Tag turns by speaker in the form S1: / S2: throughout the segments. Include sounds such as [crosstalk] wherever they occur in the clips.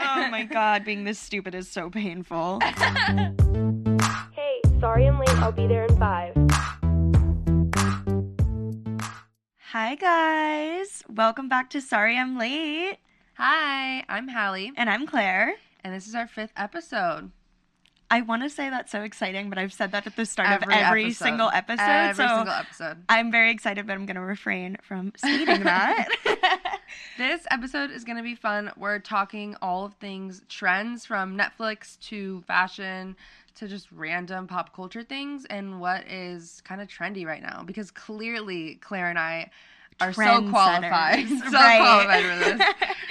S1: Oh my god, being this stupid is so painful.
S2: Hey, sorry I'm late. I'll be there in five.
S1: Hi guys. Welcome back to Sorry I'm Late.
S3: Hi, I'm Hallie,
S1: And I'm Claire.
S3: and this is our fifth episode.
S1: I want to say that's so exciting, but I've said that at the start
S3: Every
S1: of every
S3: episode.
S1: single episode.
S3: Every
S1: so
S3: single episode.
S1: I'm very excited, but I'm going to refrain from stating that.
S3: This episode is going to be fun. We're talking all of things trends from Netflix to fashion to just random pop culture things and what is kind of trendy right now because clearly Claire and I [laughs] are so
S1: [laughs]
S3: qualified. [laughs]
S1: Trendsetters,
S3: So
S1: right.
S3: qualified for this.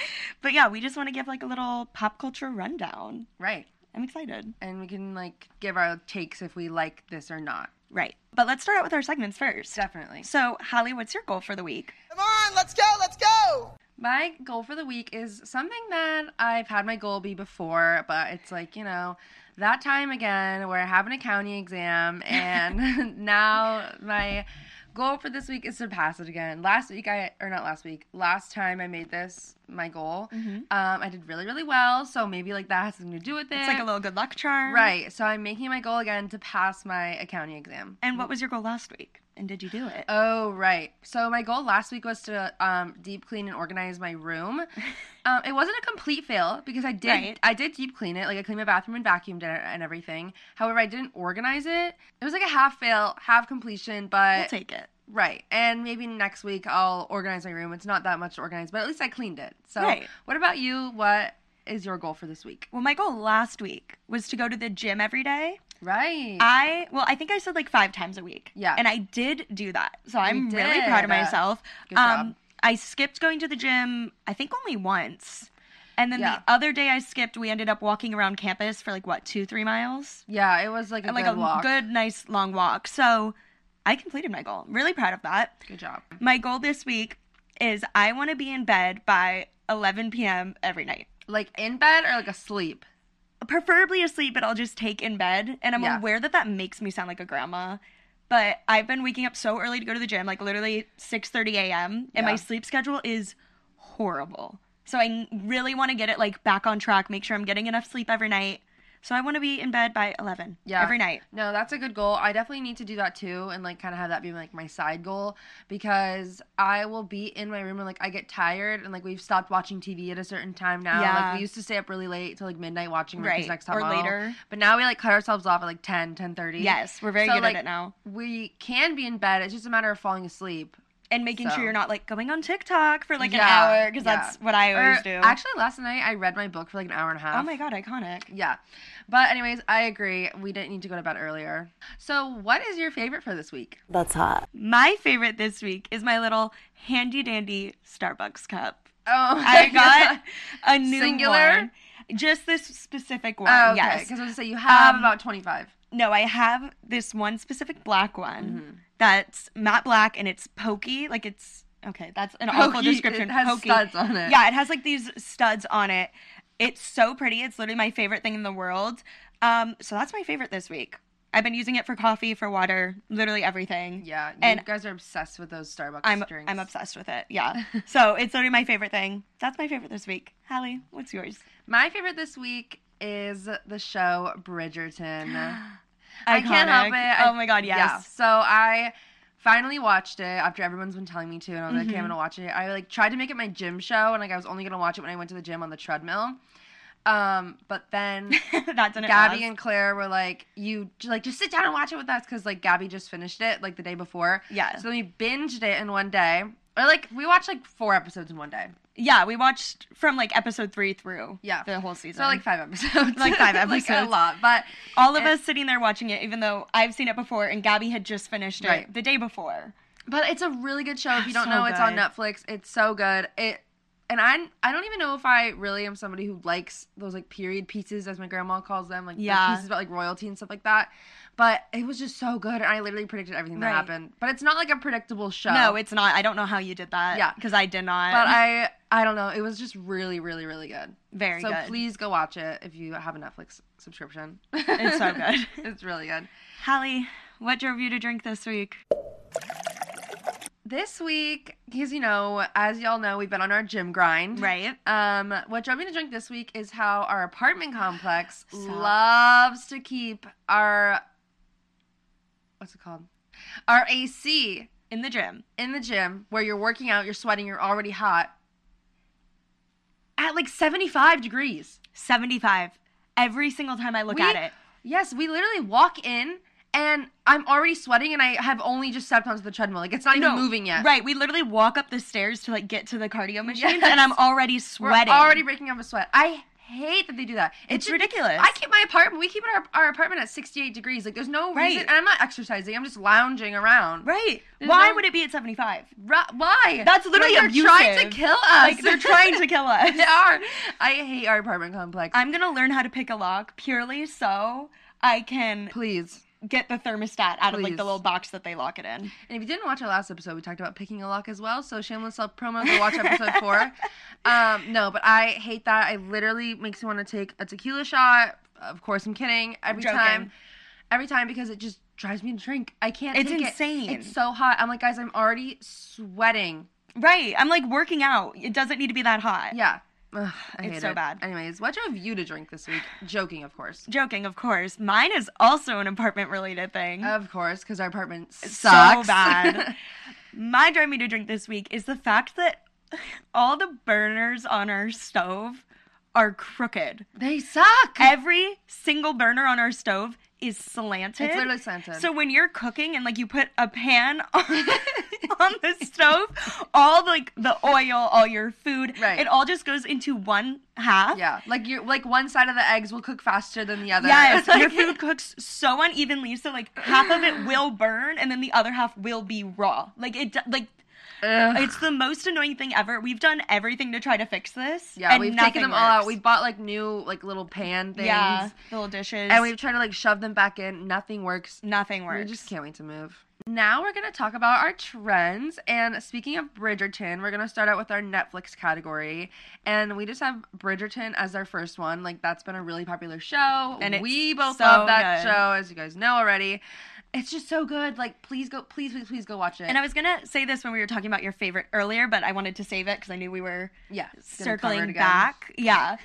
S1: [laughs] but yeah, we just want to give like a little pop culture rundown.
S3: Right.
S1: I'm excited.
S3: And we can like give our takes if we like this or not.
S1: Right. But let's start out with our segments first.
S3: Definitely.
S1: So, Hallie, what's your goal for the week?
S4: Come on, let's go, let's go.
S3: My goal for the week is something that I've had my goal be before, but it's like, you know, that time again where I have an accounting
S1: [laughs]
S3: exam and [laughs] now my goal for this week is to pass it again. Last week I or not last week, last time I made this my goal, um, I did really, really well. So maybe like that has something to do with it.
S1: It's like a little good luck charm.
S3: Right. So I'm making my goal again to pass my accounting exam.
S1: And what was your goal last week? And did you do it?
S3: Oh right. So my goal last week was to um, deep clean and organize my
S1: [laughs]
S3: room. Um, it wasn't a complete fail because I did
S1: Right.
S3: I did deep clean it. Like I cleaned my bathroom and vacuumed it and everything. However, I didn't organize it. It was like a half fail, half completion. But
S1: I'll take it.
S3: right. And maybe next week I'll organize my room. It's not that much to organize, but at least I cleaned it. So
S1: Right.
S3: what about you? What is your goal for this week?
S1: Well, my goal last week was to go to the gym every day.
S3: Right.
S1: I, well, I think I said like five times a week.
S3: Yeah.
S1: And I did do that. So I'm
S3: You
S1: really proud of
S3: did.
S1: myself. Um,
S3: Good job.
S1: I skipped going to the gym, I think only once. And then
S3: Yeah.
S1: the other day I skipped, we ended up walking around campus for like what, two, three miles?
S3: yeah, it was like a
S1: like
S3: good
S1: a
S3: walk.
S1: good, nice long walk. So I completed my goal. Really proud of that.
S3: Good job.
S1: My goal this week is I want to be in bed by 11 p.m. every night.
S3: Like in bed or like asleep.
S1: Preferably asleep, but I'll just take in bed. And I'm
S3: Yeah.
S1: aware that that makes me sound like a grandma. But I've been waking up so early to go to the gym, like literally 6:30 a.m. And my
S3: Yeah.
S1: sleep schedule is horrible. So I n- really want to get it like back on track, make sure I'm getting enough sleep every night. So I want to be in bed by 11
S3: Yeah.
S1: every night.
S3: No, that's a good goal. I definitely need to do that too and like kind of have that be like my side goal because I will be in my room and like I get tired and like we've stopped watching TV at a certain time now.
S1: Yeah.
S3: Like we used to stay up really late till like midnight watching Ricky's
S1: Right.
S3: next time
S1: Or later.
S3: But now we like cut ourselves off at like 10, 10.30.
S1: Yes, we're very
S3: So,
S1: good
S3: like,
S1: at it now.
S3: We can be in bed. It's just a matter of falling asleep.
S1: And making
S3: so-
S1: sure you're not like going on TikTok for like an
S3: Yeah,
S1: hour because
S3: yeah.
S1: that's what I
S3: Or-
S1: always do.
S3: Actually, last night I read my book for like an hour and a half.
S1: oh my god, iconic.
S3: Yeah. But anyways, I agree. We didn't need to go to bed earlier. So what is your favorite for this week?
S1: My favorite this week is my little handy dandy Starbucks
S3: [laughs]
S1: cup.
S3: Oh,
S1: I
S3: my
S1: got
S3: God.
S1: a new
S3: Singular?
S1: one. Just this specific one.
S3: Oh, okay.
S1: Yes.
S3: Because I was gonna say you have
S1: Um,
S3: about twenty five.
S1: No, I have this one specific black one
S3: Mm-hmm.
S1: that's matte black and it's pokey. Like it's okay. That's an awful description.
S3: It has
S1: pokey.
S3: studs on it.
S1: Yeah, it has like these studs on it. It's so pretty. It's literally my favorite thing in the world. Um, so that's my favorite this week. I've been using it for coffee, for water, literally everything.
S3: Yeah. You
S1: And-
S3: guys are obsessed with those Starbucks
S1: I'm
S3: drinks.
S1: I'm obsessed with it.
S3: [laughs]
S1: Yeah. so it's literally my favorite thing. That's my favorite this week. Hallie, what's yours?
S3: My favorite this week is the show
S1: [gasps]
S3: Bridgerton. I can't help it.
S1: Iconic.
S3: I-
S1: oh my god, yes. [laughs]
S3: Yeah. So I finally watched it after everyone's been telling me to, and I was like,
S1: Mm-hmm.
S3: okay, I'm gonna watch it. I like tried to make it my gym show, and like I was only gonna watch it when I went to the gym on the treadmill. Um, but
S1: [laughs]
S3: then
S1: that didn't
S3: Gabby
S1: last.
S3: and Claire were like, "You j- like just sit down and watch it with us," because like Gabby just finished it like the day before.
S1: Yeah.
S3: So we binged it in one day, or like we watched like four episodes in one day.
S1: Yeah, we watched from like episode three through
S3: Yeah.
S1: the whole season.
S3: So like five episodes,
S1: Like five
S3: [laughs] like a
S1: episodes.
S3: lot. But
S1: all of
S3: it-
S1: us sitting there watching it, even though I've seen it before and Gabby had just finished it
S3: Right.
S1: the day before.
S3: but it's a really good show. If you don't
S1: So
S3: know, it's on
S1: good.
S3: Netflix. It's so good. It and I I don't even know if I really am somebody who likes those like period pieces as my grandma calls them, like the
S1: Yeah.
S3: pieces about like royalty and stuff like that. But it was just so good, and I literally predicted everything that
S1: Right.
S3: happened. But it's not like a predictable show.
S1: No, it's not. I don't know how you did that.
S3: Yeah.
S1: because I did not.
S3: But I I don't know. It was just really, really, really good.
S1: very
S3: so
S1: good.
S3: please go watch it if you have a Netflix subscription.
S1: It's
S3: [laughs]
S1: so good.
S3: it's really good.
S1: Hallie, what drove you to drink this week?
S3: this week, because you know, as y'all know, we've been on our gym grind.
S1: Right.
S3: Um, what drove me to drink this week is how our apartment complex
S1: Stop.
S3: loves to keep our what's it called? Our AC
S1: In the gym.
S3: in the gym where you're working out, you're sweating, you're already hot. At like 75 degrees.
S1: 75. Every single time I look
S3: We-
S1: at it.
S3: Yes, we literally walk in and I'm already sweating and I have only just stepped onto the treadmill. Like it's not even
S1: No,
S3: moving yet.
S1: Right. We literally walk up the stairs to like get to the cardio machines
S3: Yes.
S1: and I'm already
S3: We're
S1: sweating.
S3: already breaking up a sweat. I hate that they do that.
S1: It's
S3: just-
S1: ridiculous.
S3: I keep my apartment. We keep our, our apartment at 68 degrees. Like there's no
S1: Right.
S3: reason. And I'm not exercising. I'm just lounging around.
S1: Right.
S3: There's
S1: Why
S3: no-
S1: would it be at 75?
S3: Ru- why?
S1: That's literally
S3: like, they're trying
S1: abusive.
S3: to kill us.
S1: Like they're trying to kill us.
S3: [laughs] they are. I hate our apartment complex.
S1: I'm going to learn how to pick a lock purely so I can
S3: Please.
S1: get the thermostat out of like
S3: Please.
S1: the little box that they lock it in.
S3: And if you didn't watch our last episode, we talked about picking a lock as well. So shameless self promo. Go watch
S1: [laughs]
S3: episode four. Um, no, but I hate that. It literally makes me want to take a tequila shot. Of course, I'm kidding. Every
S1: Joking.
S3: time, every time because it just drives me to drink. I can't.
S1: It's
S3: take it.
S1: insane.
S3: It's so hot. I'm like, guys, I'm already sweating.
S1: Right. I'm like working out. It doesn't need to be that hot.
S3: Yeah, Ugh, I
S1: It's
S3: hate
S1: so
S3: it.
S1: bad.
S3: Anyways, what drove you to drink this week? Joking, of course.
S1: Joking, of course. Mine is also an apartment related thing.
S3: Of course, because our apartment
S1: Mm-hmm. so
S3: sucks.
S1: bad. My drive me to drink this week is the fact that [laughs] all the burners on our stove are crooked.
S3: [laughs] [laughs] they suck.
S1: Every single burner on our stove is slanted.
S3: it's literally slanted.
S1: So when you're cooking and like you put a pan [laughs] on, on the stove, all like the oil, all your food,
S3: Right.
S1: it all just goes into one half.
S3: Yeah, like you like one side of the eggs will cook faster than the other.
S1: Yes,
S3: [laughs] Like-
S1: your food cooks so unevenly, so like half of it will burn, and then the other half will be raw. Like it, d- like
S3: Ugh.
S1: it's the most annoying thing ever. We've done everything to try to fix this.
S3: yeah,
S1: and
S3: we've taken
S1: nothing
S3: them all out.
S1: works.
S3: We bought like new like little pan things,
S1: yeah, the little dishes,
S3: and we've tried to like shove them back in. Nothing works.
S1: nothing works.
S3: We just can't wait to move. Now we're gonna talk about our trends. And speaking of Bridgerton, we're gonna start out with our Netflix category, and we just have Bridgerton as our first one. Like that's been a really popular show,
S1: And it's
S3: we both
S1: so
S3: love that
S1: good.
S3: show, as you guys know already. It's just so good. Like please go, please please please go watch it.
S1: And I was gonna say this when we were talking about your favorite earlier, but I wanted to save it because I knew we were
S3: yeah, it's gonna cover it
S1: circling
S3: again.
S1: back. Yeah,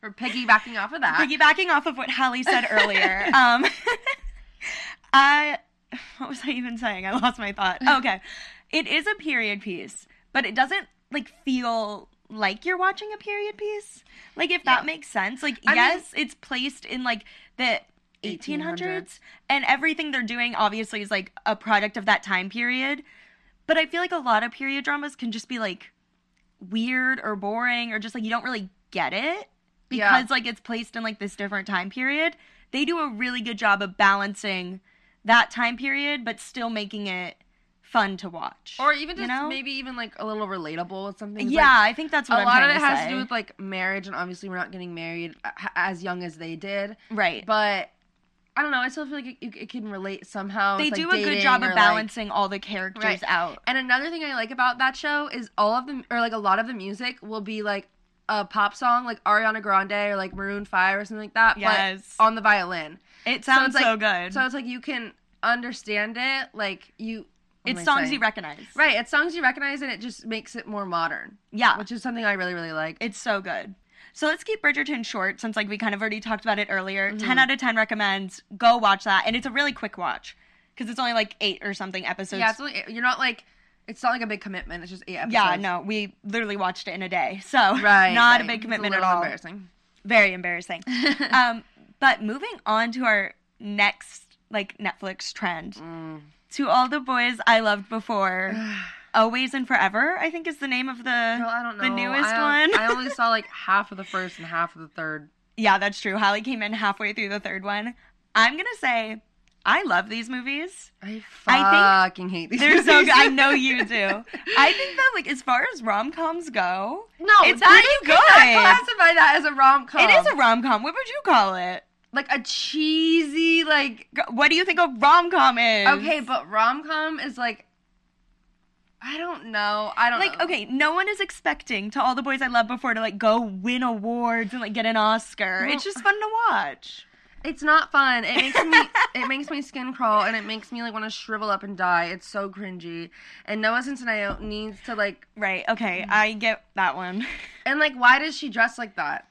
S3: We're piggybacking off of that.
S1: piggybacking off of what Hallie said
S3: [laughs]
S1: earlier. um, [laughs] I what was I even saying? I lost my
S3: [laughs]
S1: thought. Okay, it is a period piece, but it doesn't like feel like you're watching a period piece. Like if that
S3: Yeah.
S1: makes sense. Like
S3: I mean-
S1: yes, it's placed in like the 1800s,
S3: 1800s.
S1: and everything they're doing obviously is like a product of that time period. But I feel like a lot of period dramas can just be like weird or boring or just like you don't really get it
S3: Yeah.
S1: because like it's placed in like this different time period. They do a really good job of balancing that time period but still making it fun to watch.
S3: or even just
S1: you know?
S3: maybe even like a little relatable with something.
S1: Yeah, I think that's what
S3: a
S1: I'm
S3: lot of
S1: trying
S3: it
S1: to
S3: has
S1: say.
S3: to do with like marriage, and obviously we're not getting married a- as young as they did.
S1: right.
S3: But I don't know. I still feel like it, it, it can relate somehow.
S1: they
S3: with,
S1: do
S3: like,
S1: a good
S3: dating
S1: job
S3: or,
S1: of
S3: like-
S1: balancing all the characters
S3: Right.
S1: out.
S3: and another thing I like about that show is all of them, or like a lot of the music will be like a pop song, like Ariana Grande or like Maroon Five or something like that,
S1: Yes.
S3: but on the violin.
S1: It
S3: it's
S1: sounds so,
S3: like-
S1: good.
S3: So it's like you can understand it, like you. what
S1: it's
S3: am I
S1: songs
S3: saying?
S1: you recognize.
S3: Right, it's songs you recognize, and it just makes it more modern,
S1: Yeah.
S3: which is something I really, really like.
S1: Ah. It's so good. So let's keep Bridgerton short since like we kind of already talked about it earlier.
S3: Mm-hmm.
S1: 10 out of 10 recommends. Go watch that and it's a really quick watch cuz it's only like 8 or something episodes.
S3: yeah, it's only, you're not like, it's not like a big commitment. It's just eight episodes.
S1: yeah, [laughs] no, we literally watched it in a day. So
S3: right,
S1: not a
S3: right.
S1: big
S3: It's
S1: commitment
S3: little
S1: at all.
S3: Embarrassing.
S1: Very
S3: [laughs]
S1: embarrassing. um but moving on to our next like Netflix trend.
S3: Mm.
S1: To all the boys I loved
S3: [sighs]
S1: before. Always and forever, I think is the name of the
S3: Girl, I don't know.
S1: the newest
S3: I,
S1: one.
S3: I only saw like half of the first and half of the third.
S1: Yeah, that's true. Holly came in halfway through the third one. I'm gonna say I love these movies.
S3: I
S1: I
S3: fucking hate these.
S1: They're so
S3: [laughs] movies.
S1: good. I know you do. I think that like as far as rom coms go,
S3: no,
S1: it's
S3: that
S1: pretty
S3: you cannot
S1: good.
S3: classify that as a rom com.
S1: it is a rom com. What would you call it?
S3: like a cheesy like.
S1: G- What do you think a rom com is?
S3: Okay, but rom com is like. I don't know. I don't
S1: Like
S3: know.
S1: okay, no one is expecting to all the boys I loved before to like go win awards and like get an Oscar.
S3: Well-
S1: it's just fun to watch.
S3: It's not fun. It makes me it makes my skin crawl and it makes me like want to shrivel up and die. It's so cringy. And Noah Centineo needs to like
S1: Right. Okay.
S3: Mm.
S1: I get that one. [laughs]
S3: and like why does she dress like that?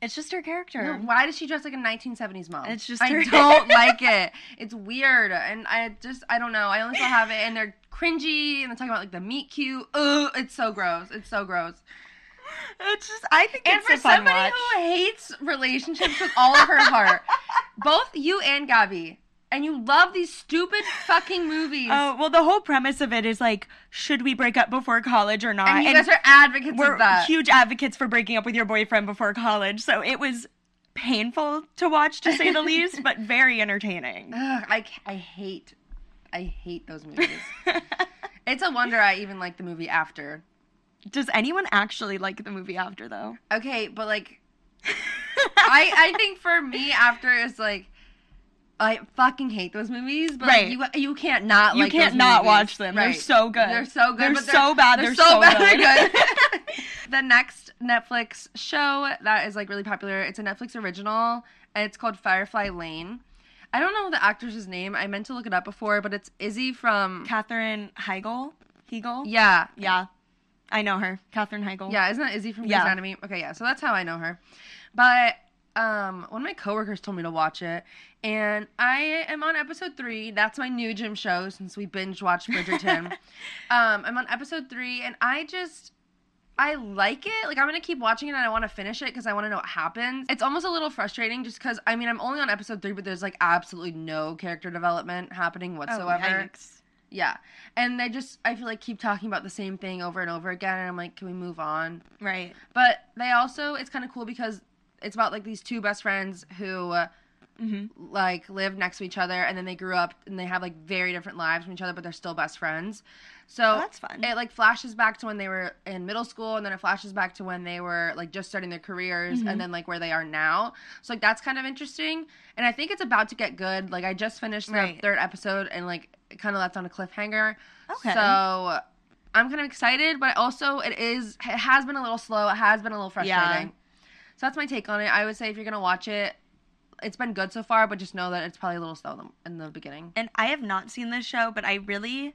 S1: It's just her character.
S3: No, why does she dress like a 1970s mom?
S1: It's just
S3: I
S1: her- [laughs]
S3: don't like it. It's weird, and I just I don't know. I only still have it, and they're cringy, and they're talking about like the meat cute. Ugh, it's so gross. It's so gross.
S1: It's just I think
S3: And
S1: it's
S3: for
S1: a fun
S3: somebody
S1: watch.
S3: who hates relationships with all of
S1: [laughs]
S3: her heart, both you and Gabby, and you love these stupid fucking movies,
S1: Oh well, the whole premise of it is like, should we break up before college or not?
S3: and you guys are advocates
S1: Uh, we're
S3: of that.
S1: huge advocates for breaking up with your boyfriend before college, so it was painful to watch, to
S3: [laughs]
S1: say the least, but very entertaining. [laughs]
S3: Ugh, I c- I hate, I hate those movies. it's a wonder I even like the movie after.
S1: Does anyone actually like the movie after though? [laughs]
S3: Okay, but like I I think for me after is like I fucking hate those movies, but
S1: Right.
S3: like, you you can't not
S1: You
S3: like
S1: can't
S3: those
S1: not
S3: movies.
S1: watch them. They're so good.
S3: They're so good.
S1: They're
S3: but
S1: so bad. They're so
S3: They're
S1: good. [laughs]
S3: good. [laughs] the next Netflix show that is like really popular. It's a Netflix original. And it's called Firefly Lane. I don't know the actress's name. I meant to look it up before, but it's Izzy from
S1: Katherine Heigl? Heigl?
S3: yeah
S1: Yeah. I know her. Katherine Heigl.
S3: Yeah, isn't that Izzy from Grey's
S1: Yeah.
S3: Anatomy? Okay, yeah. So that's how I know her. But um, one of my coworkers told me to watch it, and I am on episode three. That's my new gym show since we binge
S1: [laughs]
S3: watched Bridgerton. um, I'm on episode three, and I just. I like it. Like I'm gonna keep watching it, and I want to finish it because I want to know what happens. It's almost a little frustrating, just because I mean I'm only on episode three, but there's like absolutely no character development happening
S1: Oh,
S3: whatsoever.
S1: yikes.
S3: Yeah. And they just, I feel like, keep talking about the same thing over and over again. And I'm like, can we move on?
S1: Right.
S3: But they also, it's kind of cool because it's about like these two best friends who uh,
S1: Mhm.
S3: like live next to each other and then they grew up and they have like very different lives from each other, but they're still best friends. So
S1: Oh, that's fun.
S3: It like flashes back to when they were in middle school and then it flashes back to when they were like just starting their careers and then like where they are now. So like that's kind of interesting. And I think it's about to get good. Like I just finished the
S1: Right.
S3: third episode and like it kind of left on a cliffhanger.
S1: Okay.
S3: So I'm kind of excited, but also it is it has been a little slow. It has been a little frustrating.
S1: Yeah.
S3: So that's my take on it. I would say if you're gonna watch it, it's been good so far, but just know that it's probably a little slow in the- in the beginning.
S1: And I have not seen this show, but I really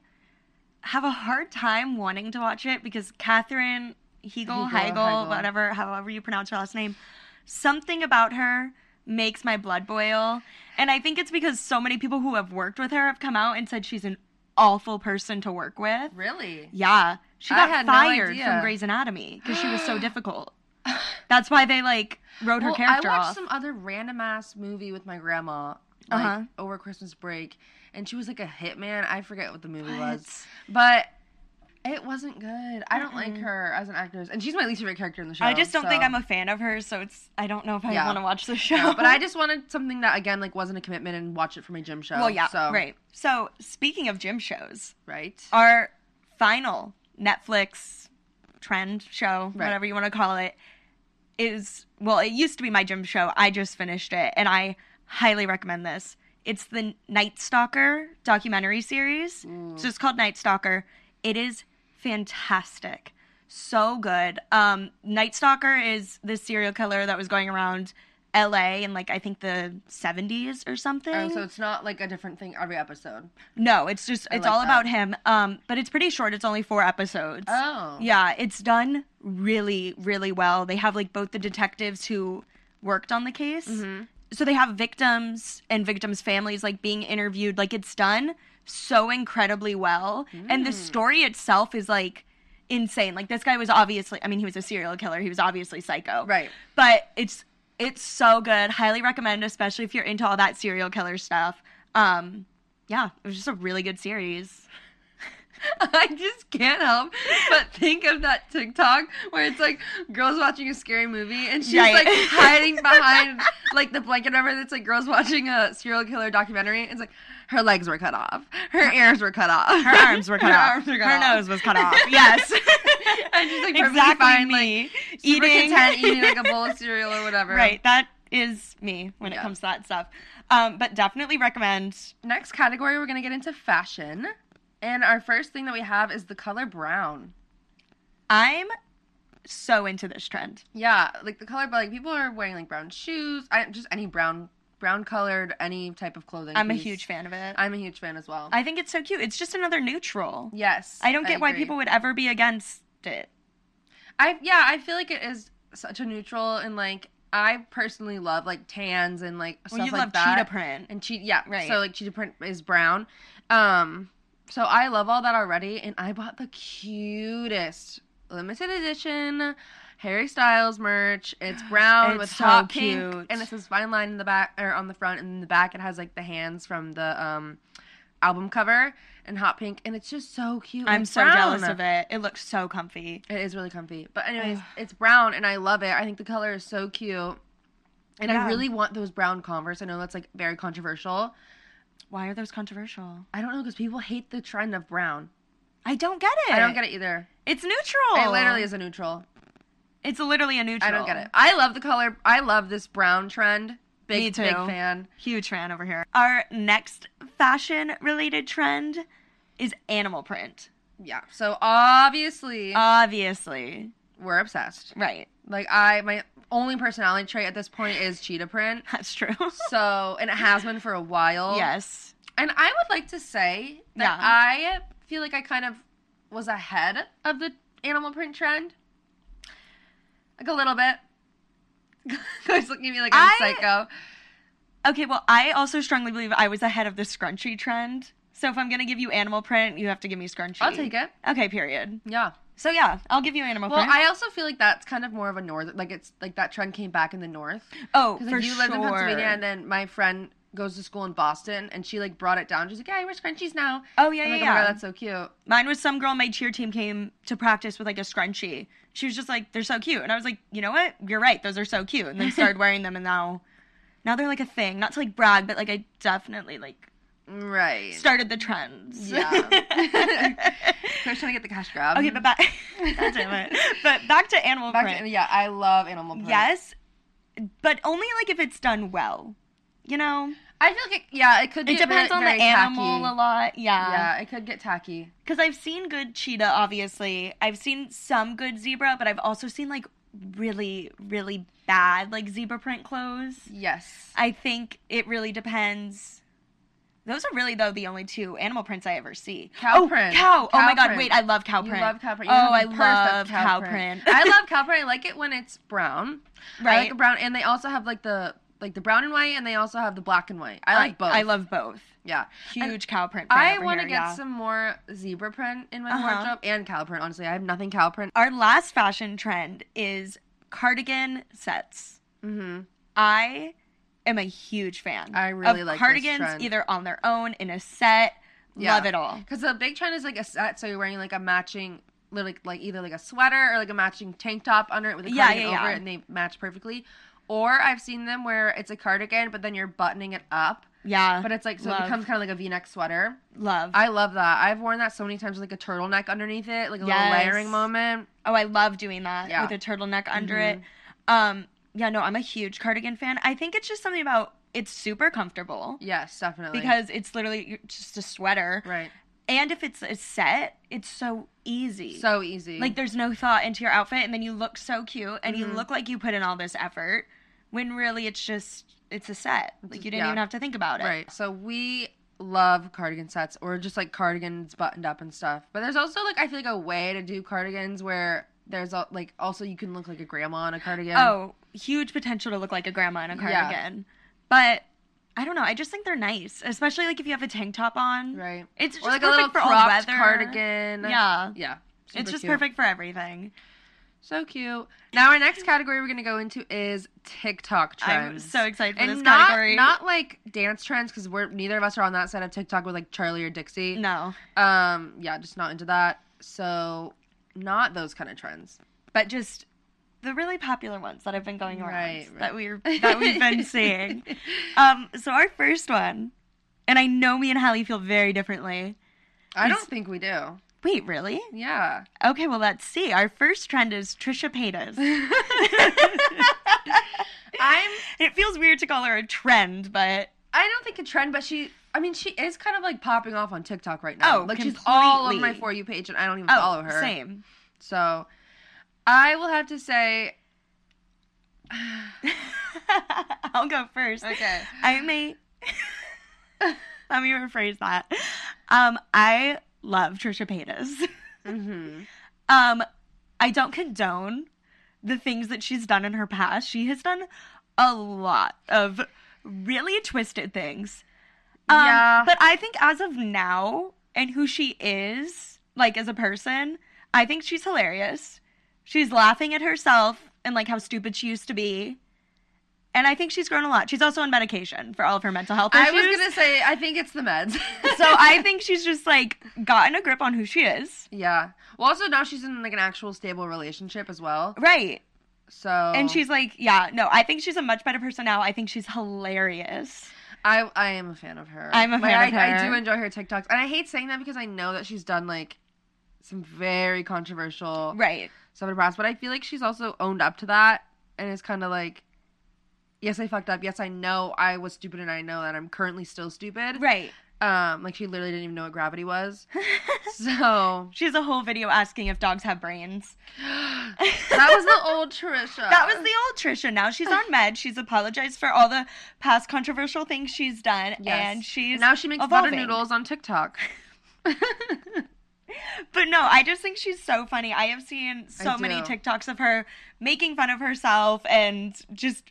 S1: have a hard time wanting to watch it because Katherine Hegel,
S3: Heigl,
S1: Heigl,
S3: Heigl.
S1: whatever, however you pronounce her last name, something about her makes my blood boil. And I think it's because so many people who have worked with her have come out and said she's an awful person to work with.
S3: Really?
S1: Yeah. She
S3: I
S1: got
S3: had no
S1: fired
S3: idea.
S1: from Grey's Anatomy because she was
S3: [gasps]
S1: so difficult. That's why they like wrote her character
S3: I watched
S1: off.
S3: some other random ass movie with my grandma like
S1: Uh-huh.
S3: over Christmas break, and she was like a hitman. I forget what the movie was,
S1: What?
S3: but it wasn't good. I don't like her as an actress, and she's my least favorite character in the show.
S1: I just don't think
S3: so-
S1: I'm a fan of hers, so it's I don't know if I
S3: Yeah.
S1: want to watch the show.
S3: No, but
S1: [laughs]
S3: [laughs] I just wanted something that again like wasn't a commitment and watch it for my gym show.
S1: Well, yeah,
S3: so,
S1: right. So, speaking of gym shows,
S3: right.
S1: our final Netflix trend show,
S3: Right.
S1: whatever you want to call it, is well, it used to be my gym show. I just finished it, and I highly recommend this. It's the Night Stalker documentary series.
S3: Mm.
S1: It's just called Night Stalker. It is fantastic. So good. Um, Night Stalker is this serial killer that was going around LA in like I think the 70s or something.
S3: Oh, so it's not like a different thing every episode.
S1: No, it's just it's
S3: like
S1: all
S3: that.
S1: about him. Um, but it's pretty short. It's only four episodes.
S3: Oh.
S1: Yeah, it's done really, really well. They have like both the detectives who worked on the case.
S3: Mm-hmm.
S1: So they have victims and victims' families like being interviewed. Like it's done so incredibly well. And
S3: Mm.
S1: the story itself is like insane. Like this guy was obviously I mean, he was a serial killer. He was obviously psycho.
S3: Right.
S1: But it's it's so good. Highly recommend, especially if you're into all that serial killer stuff. Um, yeah, it was just a really good series.
S3: [laughs] I just can't help but think of that TikTok where it's like girls watching a scary movie and she's
S1: Right.
S3: like hiding [laughs] behind like the blanket or whatever that's like girls watching a serial killer documentary. It's like her legs were cut off, her ears were cut off,
S1: Her arms were cut
S3: [laughs] her
S1: off.
S3: arms were cut
S1: her
S3: off.
S1: nose was cut
S3: [laughs]
S1: off. Yes.
S3: and she's like perfectly
S1: exactly
S3: fine, like
S1: me.
S3: super
S1: eating.
S3: content,
S1: [laughs]
S3: eating like a [laughs] bowl of cereal or whatever.
S1: right. That is me when
S3: Yeah.
S1: it comes to that stuff. Um, but definitely recommend.
S3: Next category, we're gonna get into fashion, and our first thing that we have is the color brown.
S1: I'm so into this trend.
S3: Yeah, like the color, but like people are wearing like brown shoes. I just any brown brown colored any type of clothing.
S1: I'm a
S3: piece.
S1: huge fan of it. I,
S3: I'm a huge fan as well.
S1: think it's so cute. It's just another neutral.
S3: yes.
S1: I don't get why
S3: agree.
S1: people would ever be against it.
S3: I yeah, I feel like it is such a neutral and like I personally love like tans and like stuff
S1: Well, you
S3: like
S1: love
S3: that.
S1: cheetah print.
S3: and cheetah yeah
S1: Right.
S3: So like cheetah print is brown. Um, so I love all that already, and I bought the cutest limited edition Harry Styles merch. It's brown
S1: It's
S3: with
S1: so
S3: hot
S1: cute.
S3: pink, and it says fine line in the back or on the front, and in the back it has like the hands from the um album cover and hot pink, and it's just so cute. and
S1: I'm
S3: it's
S1: so jealous
S3: brown.
S1: of it. It looks so comfy.
S3: It is really comfy. But anyways, it's brown and I love it. I think the color is so cute. And
S1: Yeah.
S3: I really want those brown Converse. I know that's like very controversial.
S1: Why are those controversial?
S3: I don't know because people hate the trend of brown.
S1: I don't get it.
S3: I don't get it either.
S1: It's neutral.
S3: It literally is a neutral.
S1: It's literally a neutral.
S3: I don't get it. I love the color. I love this brown trend. Big
S1: Me too.
S3: big fan.
S1: Huge fan over here. Our next fashion related trend is animal print.
S3: Yeah. So obviously
S1: Uh, Obviously.
S3: we're obsessed.
S1: Right.
S3: Like I my only personality trait at this point is cheetah print.
S1: That's true.
S3: [laughs] So and it has been for a
S1: [laughs]
S3: while.
S1: yes.
S3: And I would like to say that
S1: Yeah.
S3: I feel like I kind of was ahead of the animal print trend. Like a little bit. [laughs] Guys looking at me like I'm
S1: I-
S3: psycho.
S1: Okay, well, I also strongly believe I was ahead of the scrunchie trend. So if I'm going to give you animal print, you have to give me scrunchie.
S3: I'll take it.
S1: Okay, period.
S3: Yeah.
S1: So yeah, I'll give you animal
S3: Well,
S1: print.
S3: I also feel like that's kind of more of a northern, like it's like that trend came back in the north.
S1: oh,
S3: Because
S1: for
S3: like you
S1: sure.
S3: lived in Pennsylvania, and then my friend goes to school in Boston, and she like brought it down. She's like, "Yeah, I wear scrunchies now."
S1: oh, yeah,
S3: I'm
S1: yeah,
S3: like,
S1: yeah.
S3: "Oh my god, that's so cute."
S1: Mine was some girl on my cheer team came to practice with like a scrunchie. She was just like, they're so cute. And I was like, you know what? You're right. Those are so cute. And
S3: [laughs]
S1: then started wearing them and now now they're like a thing. Not to like brag, but like I definitely like
S3: Right.
S1: started the trends.
S3: Yeah. Chris trying to get the cash
S1: [laughs]
S3: grab.
S1: okay, but back [laughs] God damn it. But back to animal
S3: Back
S1: print.
S3: to- yeah, I love animal print.
S1: yes. But only like if it's done well. You know?
S3: I feel like it, yeah, it could.
S1: It
S3: get
S1: depends
S3: very-
S1: on the
S3: very
S1: animal
S3: tacky.
S1: a lot.
S3: Yeah, it could get tacky.
S1: Because I've seen good cheetah, obviously. I've seen some good zebra, but I've also seen like really, really bad like zebra print clothes.
S3: Yes.
S1: I think it really depends. Those are really though the only two animal prints I ever see.
S3: Cow
S1: oh,
S3: print.
S1: Cow. Oh
S3: Cow
S1: my god,
S3: print.
S1: wait, I love cow
S3: You
S1: print.
S3: love cow print. You
S1: oh,
S3: have a
S1: I
S3: purse
S1: love
S3: that's
S1: cow print.
S3: [laughs] I
S1: [laughs]
S3: love cow print. I like it when it's brown. I like
S1: Right.
S3: a brown, and they also have like the like the brown and white, and they also have the black and white. I like both.
S1: I love both.
S3: yeah.
S1: Huge cow print. fan
S3: I
S1: over
S3: want to
S1: here,
S3: get
S1: yeah.
S3: some more zebra print in my
S1: Uh-huh.
S3: wardrobe and cow print. Honestly, I have nothing cow print.
S1: Our last fashion trend is cardigan sets.
S3: hmm
S1: Mm-hmm. I am a huge fan.
S3: I really
S1: of
S3: like this
S1: cardigans,
S3: trend.
S1: either on their own in a set.
S3: Yeah.
S1: Love it all.
S3: Because the big trend is like a set, so you're wearing like a matching, like like either like a sweater or like a matching tank top under it with a
S1: Yeah,
S3: cardigan
S1: yeah,
S3: over
S1: yeah.
S3: it, and they match perfectly. Or I've seen them where it's a cardigan, but then you're buttoning it up,
S1: Yeah,
S3: but it's like so
S1: love,
S3: it becomes kind of like a V-neck sweter.
S1: love.
S3: I love that. I've worn that so many times, with like a turtleneck underneath it, like a little
S1: Yes.
S3: layering moment.
S1: oh, I love doing that
S3: Yeah. Mm-hmm.
S1: with a turtleneck under it. Um, yeah, no, I'm a huge cardigan fan. I think it's just something about it's super comfortable
S3: Yes, definitely.
S1: because it's literally you're- just a sweater,
S3: right,
S1: and if it's a set, it's so easy.
S3: so easy.
S1: Like there's no thought into your outfit, and then you look so cute, and you
S3: Mhm.
S1: look like you put in all this effort, when really it's just it's a set. Like you didn't
S3: Yeah.
S1: even have to think about it.
S3: Right. So we love cardigan sets or just like cardigans buttoned up and stuff. But there's also like I feel like a way to do cardigans where there's al- like also you can look like a grandma in a cardigan.
S1: Oh, huge potential to look like a grandma in a
S3: Yeah.
S1: cardigan, but I don't know. I just think they're nice, especially like if you have a tank top on.
S3: right.
S1: It's just
S3: Or like a
S1: perfect
S3: little
S1: for all
S3: cropped
S1: weather.
S3: cardigan.
S1: Yeah.
S3: Yeah.
S1: It's
S3: Super
S1: just
S3: cute.
S1: perfect for everything.
S3: So cute. Now our next category we're gonna go into is TikTok
S1: I'm
S3: trends.
S1: so excited for
S3: and
S1: this
S3: not
S1: category.
S3: not like dance trends because we're neither of us are on that side of TikTok with like Charlie or Dixie.
S1: no,
S3: Um. Yeah. Just not into that. So not those kind of trends.
S1: but just the really popular ones that have been going around
S3: Right, right.
S1: that we're that we've
S3: [laughs]
S1: been seeing. Um, so our first one, and I know me and Hallie feel very differently.
S3: I
S1: Is-
S3: don't think we do.
S1: Wait, really?
S3: Yeah.
S1: Okay, well let's see. Our first trend is Trisha
S3: [laughs]
S1: Paytas.
S3: I'm
S1: it feels weird to call her a trend, but
S3: I don't think a trend, but she I mean she is kind of like popping off on TikTok right now.
S1: Oh,
S3: like she's all on
S1: completely.
S3: my for you page and I don't even
S1: oh,
S3: follow her.
S1: same. [laughs]
S3: So I will have to say
S1: I'll I'll go first.
S3: Okay.
S1: I'm a. [laughs] Let me rephrase that. Um, I love Trisha Paytas.
S3: [laughs] Mm-hmm.
S1: Um, I don't condone the things that she's done in her past. She has done a lot of really twisted things. Um,
S3: Yeah.
S1: But I think as of now and who she is, like as a person, I think she's hilarious. She's laughing at herself and like how stupid she used to be. And I think she's grown a lot. She's also on medication for all of her mental health issues.
S3: I was gonna say I think it's the meds. [laughs]
S1: so I think she's just like gotten a grip on who she is.
S3: yeah. Well, also now she's in like an actual stable relationship as well.
S1: Right.
S3: So
S1: And she's like, yeah, no, I think she's a much better person now. I think she's hilarious.
S3: I I am a fan of her.
S1: I'm a
S3: Like,
S1: fan of
S3: I, I
S1: her.
S3: do enjoy her TikToks, and I hate saying that because I know that she's done like some very controversial
S1: Right.
S3: stuff in the past, but I feel like she's also owned up to that and is kind of like, yes, I fucked up. Yes, I know I was stupid, and I know that I'm currently still stupid.
S1: Right.
S3: Um, like she literally didn't even know what gravity
S1: [laughs]
S3: was. so
S1: She has a whole video asking if dogs have brains.
S3: that was the old Trisha.
S1: That was the old Trisha. Now she's on med. She's apologized for all the past controversial things she's done. And she's
S3: now she makes
S1: evolving.
S3: butter noodles on TikTok.
S1: But no, I just think she's so funny. I have seen so many
S3: do.
S1: TikToks of her making fun of herself and just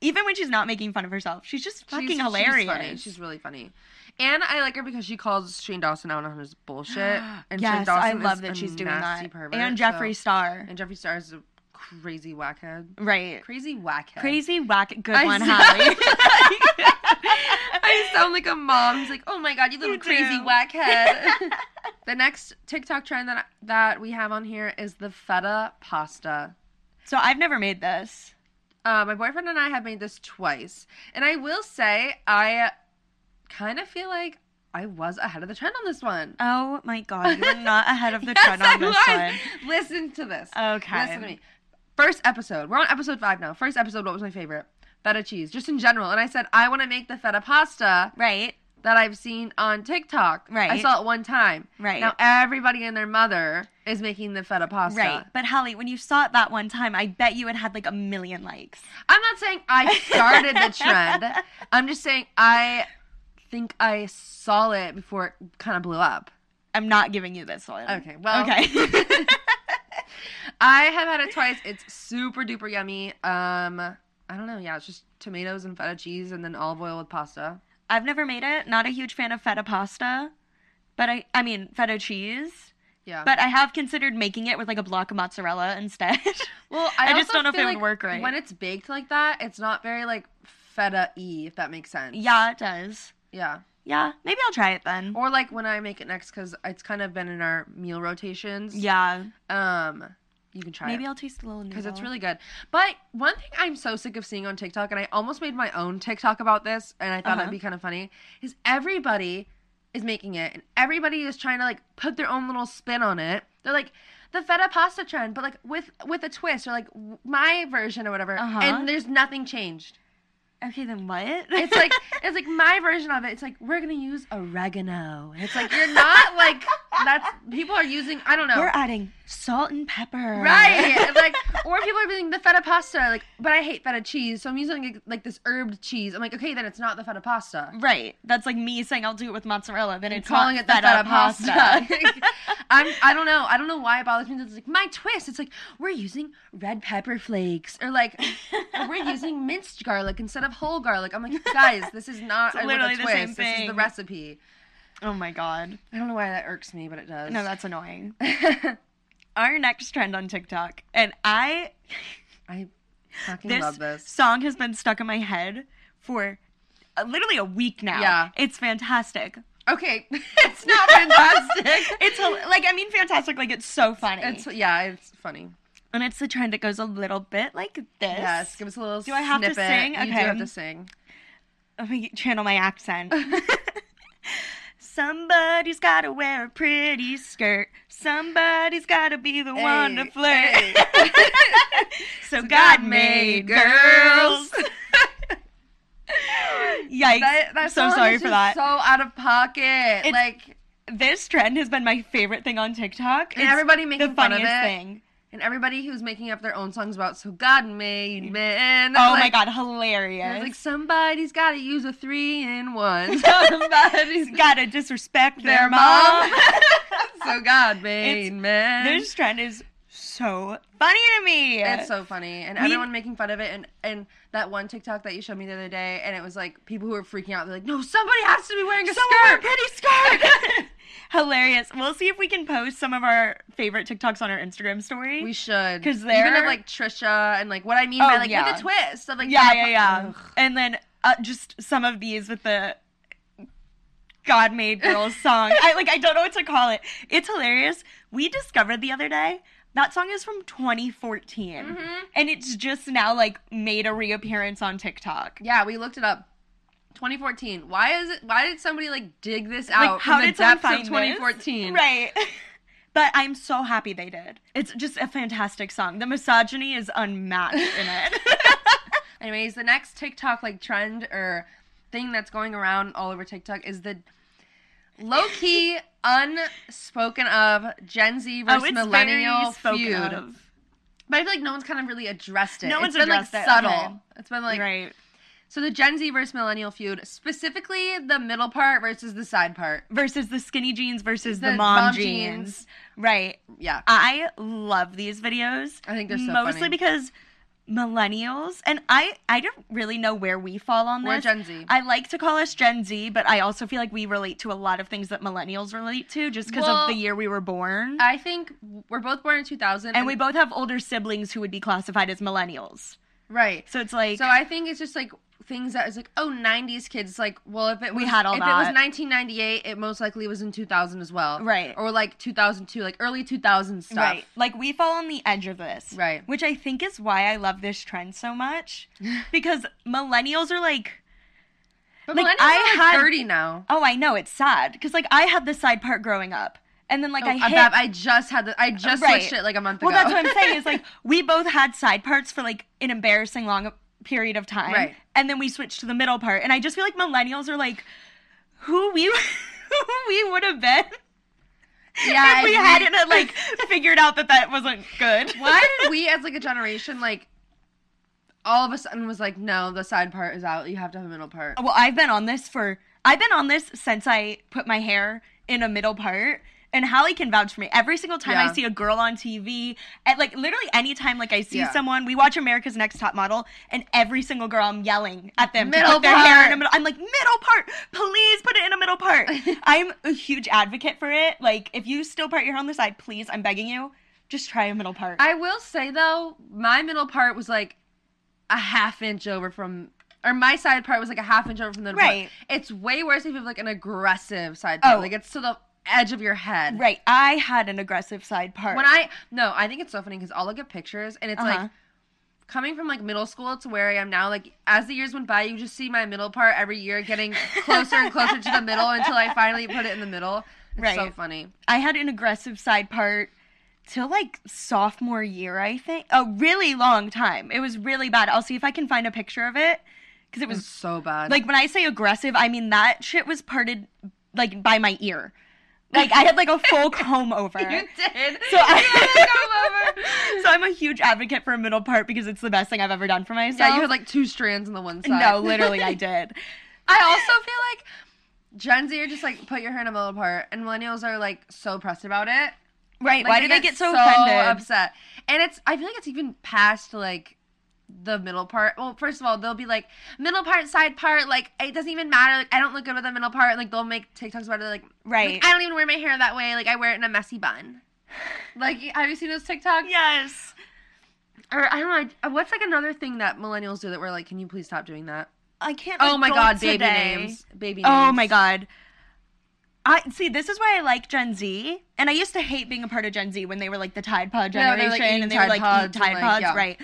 S1: even when she's not making fun of herself, she's just fucking
S3: She's-
S1: hilarious.
S3: She's, funny. she's really funny. And I like her because she calls Shane Dawson out on his
S1: [gasps]
S3: bullshit. And Shane
S1: yes,
S3: Dawson
S1: I love
S3: is
S1: that
S3: a
S1: she's doing
S3: nasty
S1: that.
S3: Pervert,
S1: and
S3: so-
S1: Jeffree Star.
S3: And Jeffree Star is a crazy whackhead.
S1: Right.
S3: Crazy whackhead.
S1: Crazy whack good
S3: I
S1: one,
S3: sound-
S1: Holly.
S3: [laughs] I sound like a mom. It's like, oh my god, you little
S1: You
S3: crazy
S1: do. [laughs]
S3: whackhead. the next TikTok trend that that we have on here is the feta pasta.
S1: [laughs] so I've never made this.
S3: Uh, my boyfriend and I have made this twice, and I will say I kind of feel like I was ahead of the trend on this one.
S1: Oh my god, you were not ahead of the
S3: [laughs] Yes,
S1: trend on this
S3: I was. Listen to this.
S1: one. Okay.
S3: Listen to me. First episode. We're on episode five now. First episode. What was my favorite? Feta cheese, just in general. And I said I want to make the feta pasta
S1: Right.
S3: that I've seen on TikTok. I
S1: Right.
S3: saw it one time.
S1: Right.
S3: Now everybody and their mother is making the feta pasta.
S1: Right. But Holly, when you saw it that one time, I bet you it had like a million likes.
S3: I'm not saying I started the trend.
S1: [laughs]
S3: I'm just saying I think I saw it before it kind of blew up.
S1: I'm not giving you this one.
S3: Okay. Well.
S1: Okay.
S3: [laughs]
S1: [laughs]
S3: I have had it twice. It's super duper yummy. Um, I don't know. Yeah, it's just tomatoes and feta cheese and then olive oil with pasta.
S1: I've never made it. Not a huge fan of feta pasta. But I I mean feta cheese.
S3: Yeah.
S1: But I have considered making it with like a block of mozzarella instead. [laughs]
S3: well, I,
S1: I just
S3: also
S1: don't know if
S3: feel
S1: it would
S3: like
S1: work right.
S3: When it's baked like that, it's not very like feta y, if that makes sense.
S1: yeah, it does.
S3: Yeah.
S1: Yeah. Maybe I'll try it then.
S3: Or like when I make it next, because it's kind of been in our meal rotations.
S1: yeah.
S3: Um, you can try
S1: Maybe
S3: it.
S1: I'll taste a little noodle.
S3: Because it's really good. But one thing I'm so sick of seeing on TikTok, and I almost made my own TikTok about this, and I thought
S1: Uh-huh.
S3: it'd be kind of funny, is everybody is making it, and everybody is trying to like put their own little spin on it. They're like the feta pasta trend, but like with with a twist, or like w- my version or whatever.
S1: Uh-huh.
S3: And there's nothing changed.
S1: okay. Then what?
S3: It's
S1: [laughs]
S3: like it's like my version of it. It's like we're gonna use oregano. And it's like you're not like that's people are using. I don't know.
S1: we're adding salt and pepper.
S3: Right.
S1: [laughs]
S3: And, like, or people are being the feta pasta, like, but I hate feta cheese, so I'm using like, like this herbed cheese. I'm like, okay, then it's not the feta pasta.
S1: right. That's like me saying I'll do it with mozzarella. Then Mm, it's
S3: Calling
S1: not
S3: it the feta, pasta. [laughs]
S1: pasta.
S3: I'm, I don't know. I don't know why it bothers me. It's like my twist. It's like we're using red pepper flakes, or like
S1: [laughs]
S3: we're using minced garlic instead of whole garlic. I'm like, guys, this is not
S1: It's
S3: a,
S1: literally
S3: with a
S1: the same
S3: twist. This is the
S1: thing.
S3: recipe.
S1: oh my god.
S3: I don't know why that irks me, but it does.
S1: No, that's annoying.
S3: that
S1: Our next trend on TikTok, and I
S3: [laughs] I fucking
S1: this, [laughs]
S3: love this.
S1: song has been stuck in my head for uh, literally a week now.
S3: Yeah.
S1: It's fantastic.
S3: Okay, [laughs] it's not fantastic.
S1: [laughs] It's hel- like I mean fantastic. Like it's so funny.
S3: It's yeah, it's funny.
S1: and it's the trend that goes a little bit like this.
S3: Yes, give us a little.
S1: Do I have to
S3: snippet.
S1: sing?
S3: You do
S1: Okay.
S3: have to sing.
S1: Let me channel my
S3: [laughs]
S1: accent. Somebody's gotta wear a pretty skirt. Somebody's gotta be the one to
S3: Hey,
S1: flirt. [laughs]
S3: hey. [laughs]
S1: so God, made girls. [laughs] Yikes!
S3: That, that
S1: so
S3: song
S1: sorry
S3: is
S1: for that.
S3: just So out of pocket.
S1: It's-
S3: like
S1: this trend has been my favorite thing on TikTok.
S3: and
S1: It's
S3: everybody
S1: the
S3: making fun of
S1: funniest
S3: it.
S1: thing.
S3: and everybody who's making up their own songs about so God made men.
S1: Oh my
S3: Like,
S1: god,
S3: it's
S1: hilarious.
S3: like somebody's got to use a three in one. [laughs]
S1: [laughs]
S3: Somebody's
S1: gotta disrespect [laughs] their,
S3: their
S1: mom.
S3: mom. [laughs] so God made
S1: It's-
S3: men.
S1: [laughs] this trend is so funny to me.
S3: It's so funny, and
S1: We-
S3: everyone making fun of it, and and that one TikTok that you showed me the other day, and it was like people who were freaking out. They're like, "No, somebody has to be wearing [laughs] a
S1: Someone wear a
S3: skirt."
S1: pretty skirt. [laughs] Hilarious. We'll see if we can post some of our favorite TikToks on our Instagram story.
S3: We should,
S1: 'Cause
S3: even
S1: they're-
S3: of like Trisha and like what I mean
S1: Oh,
S3: by like
S1: yeah.
S3: with a twist of like
S1: yeah,
S3: that-
S1: yeah, yeah.
S3: Ugh.
S1: And then uh, just some of these with the God Made
S3: [laughs]
S1: Girls song. I like. I don't know what to call it. It's hilarious. We discovered the other day that song is from 2014,
S3: Mm-hmm.
S1: and it's just now like made a reappearance on TikTok.
S3: Yeah, we looked it up. 2014. Why is it? Why did somebody like dig this
S1: Like,
S3: out from the
S1: someone
S3: depths of
S1: this?
S3: 2014?
S1: Right. [laughs] But I'm so happy they did. It's just a fantastic song. The misogyny is unmatched in
S3: [laughs]
S1: it.
S3: Anyways, the next TikTok like trend or thing that's going around all over TikTok is the low
S1: [laughs]
S3: key unspoken of Gen Z versus
S1: Oh, it's
S3: millennial
S1: very spoken
S3: feud.
S1: of.
S3: But I feel like no one's kind of really addressed it.
S1: No one's
S3: it's been like
S1: addressed it,
S3: subtle.
S1: okay.
S3: It's been like
S1: right.
S3: so the Gen Z versus millennial feud, specifically the middle part versus the side part.
S1: Versus the skinny jeans versus the,
S3: The
S1: mom,
S3: mom
S1: jeans.
S3: jeans.
S1: Right.
S3: Yeah.
S1: I love these videos.
S3: I think they're so
S1: mostly
S3: funny.
S1: because millennials and I I don't really know where we fall on
S3: We're
S1: this.
S3: Gen Z.
S1: I like to call us Gen Z, but I also feel like we relate to a lot of things that millennials relate to just because
S3: Well,
S1: of the year we were born.
S3: I think we're both born in 2000
S1: and we both have older siblings who would be classified as millennials.
S3: right.
S1: So it's like
S3: So I think it's just like things that is like oh 90s kids like well if it was,
S1: We had all
S3: if it
S1: that.
S3: was 1998 it most likely was in 2000 as well
S1: Right.
S3: or like 2002 like early 2000 stuff
S1: right, like we fall on the edge of this,
S3: Right.
S1: Which I think is why I love this trend so
S3: [laughs]
S1: much, because millennials are like,
S3: but
S1: Like,
S3: millennials
S1: I
S3: are like
S1: had-
S3: 30 now
S1: oh, I know it's sad, because like I had the side part growing up, and then like
S3: oh,
S1: I
S3: I,
S1: hit.
S3: I just had the I just
S1: Right.
S3: switched it like a month
S1: well,
S3: ago
S1: that's what I'm saying is like we both had side parts for like an embarrassing long period of time,
S3: Right.
S1: And then we switched to the middle part, and I just feel like millennials are like, who we, [laughs] who we would have been.
S3: [laughs] yeah
S1: if we
S3: if
S1: hadn't
S3: [laughs]
S1: had, [laughs] like figured out that that wasn't good.
S3: why did we as like a generation like all of a sudden was like no the side part is out you have to have a middle part
S1: Well, I've been on this for I've been on this since I put my hair in a middle part. And Hallie can vouch for me. Every single time I
S3: Yeah.
S1: see a girl on TV, at like literally any time like I see
S3: Yeah.
S1: someone, we watch America's Next Top Model, and every single girl I'm yelling at them to
S3: Middle
S1: put their hair in a
S3: part.
S1: middle. I'm like middle part, please put it in a middle [laughs] part. I'm a huge advocate for it. Like if you still part your hair on the side, please, I'm begging you, just try a middle part.
S3: I will say though, my middle part was like a half inch over from, or my side part was like a half inch over from the middle
S1: Right.
S3: part. It's way worse if you have like an aggressive side part.
S1: Oh.
S3: Like it's to the edge of your head.
S1: right, I had an aggressive side part.
S3: When I no, I think it's so funny because I'll look at pictures and it's
S1: Uh-huh.
S3: like coming from like middle school to where I am now. Like as the years went by, you just see my middle part every year getting closer and closer to the middle until I finally put it in the middle. It's so
S1: Right.
S3: funny.
S1: I had an aggressive side part till like sophomore year, I think. A really long time. It was really bad. I'll see if I can find a picture of it because it
S3: It was
S1: was
S3: so bad.
S1: like when I say aggressive, I mean that shit was parted like by my ear. Like I had like a
S3: [laughs]
S1: full comb over.
S3: [laughs] you did.
S1: So I-
S3: You had to come over.
S1: [laughs] So I'm a huge advocate for a middle part because it's the best thing I've ever done for myself.
S3: Yeah, you had like two strands on the one side.
S1: no, literally
S3: [laughs]
S1: I did.
S3: I also feel like Gen Z are just like put your hair in a middle part, and millennials are like so pressed about it.
S1: Right?
S3: Like,
S1: Why did I get so, offended?
S3: Upset, and it's I feel like it's even past like the middle part. Well, first of all, they'll be like middle part, side part. Like it doesn't even matter. Like I don't look good with the middle part. Like they'll make TikToks about it. Like
S1: Right.
S3: like, I don't even wear my hair that way. Like I wear it in a messy
S1: [laughs]
S3: bun. Like have you seen those TikToks?
S1: yes.
S3: Or I don't know. I- What's like another thing that millennials do that we're like, can you please stop doing that?
S1: I can't.
S3: Oh
S1: like,
S3: my
S1: go
S3: god, baby
S1: today.
S3: names. Baby names.
S1: Oh my god. I see. This is why I like Gen Z, and I used to hate being a part of Gen Z when they were like the Tide Pod
S3: Yeah, they
S1: generation,
S3: were, like, eating
S1: and they were
S3: Tide
S1: like
S3: Pods
S1: eat
S3: and,
S1: Tide
S3: like,
S1: Pods,
S3: yeah.
S1: right?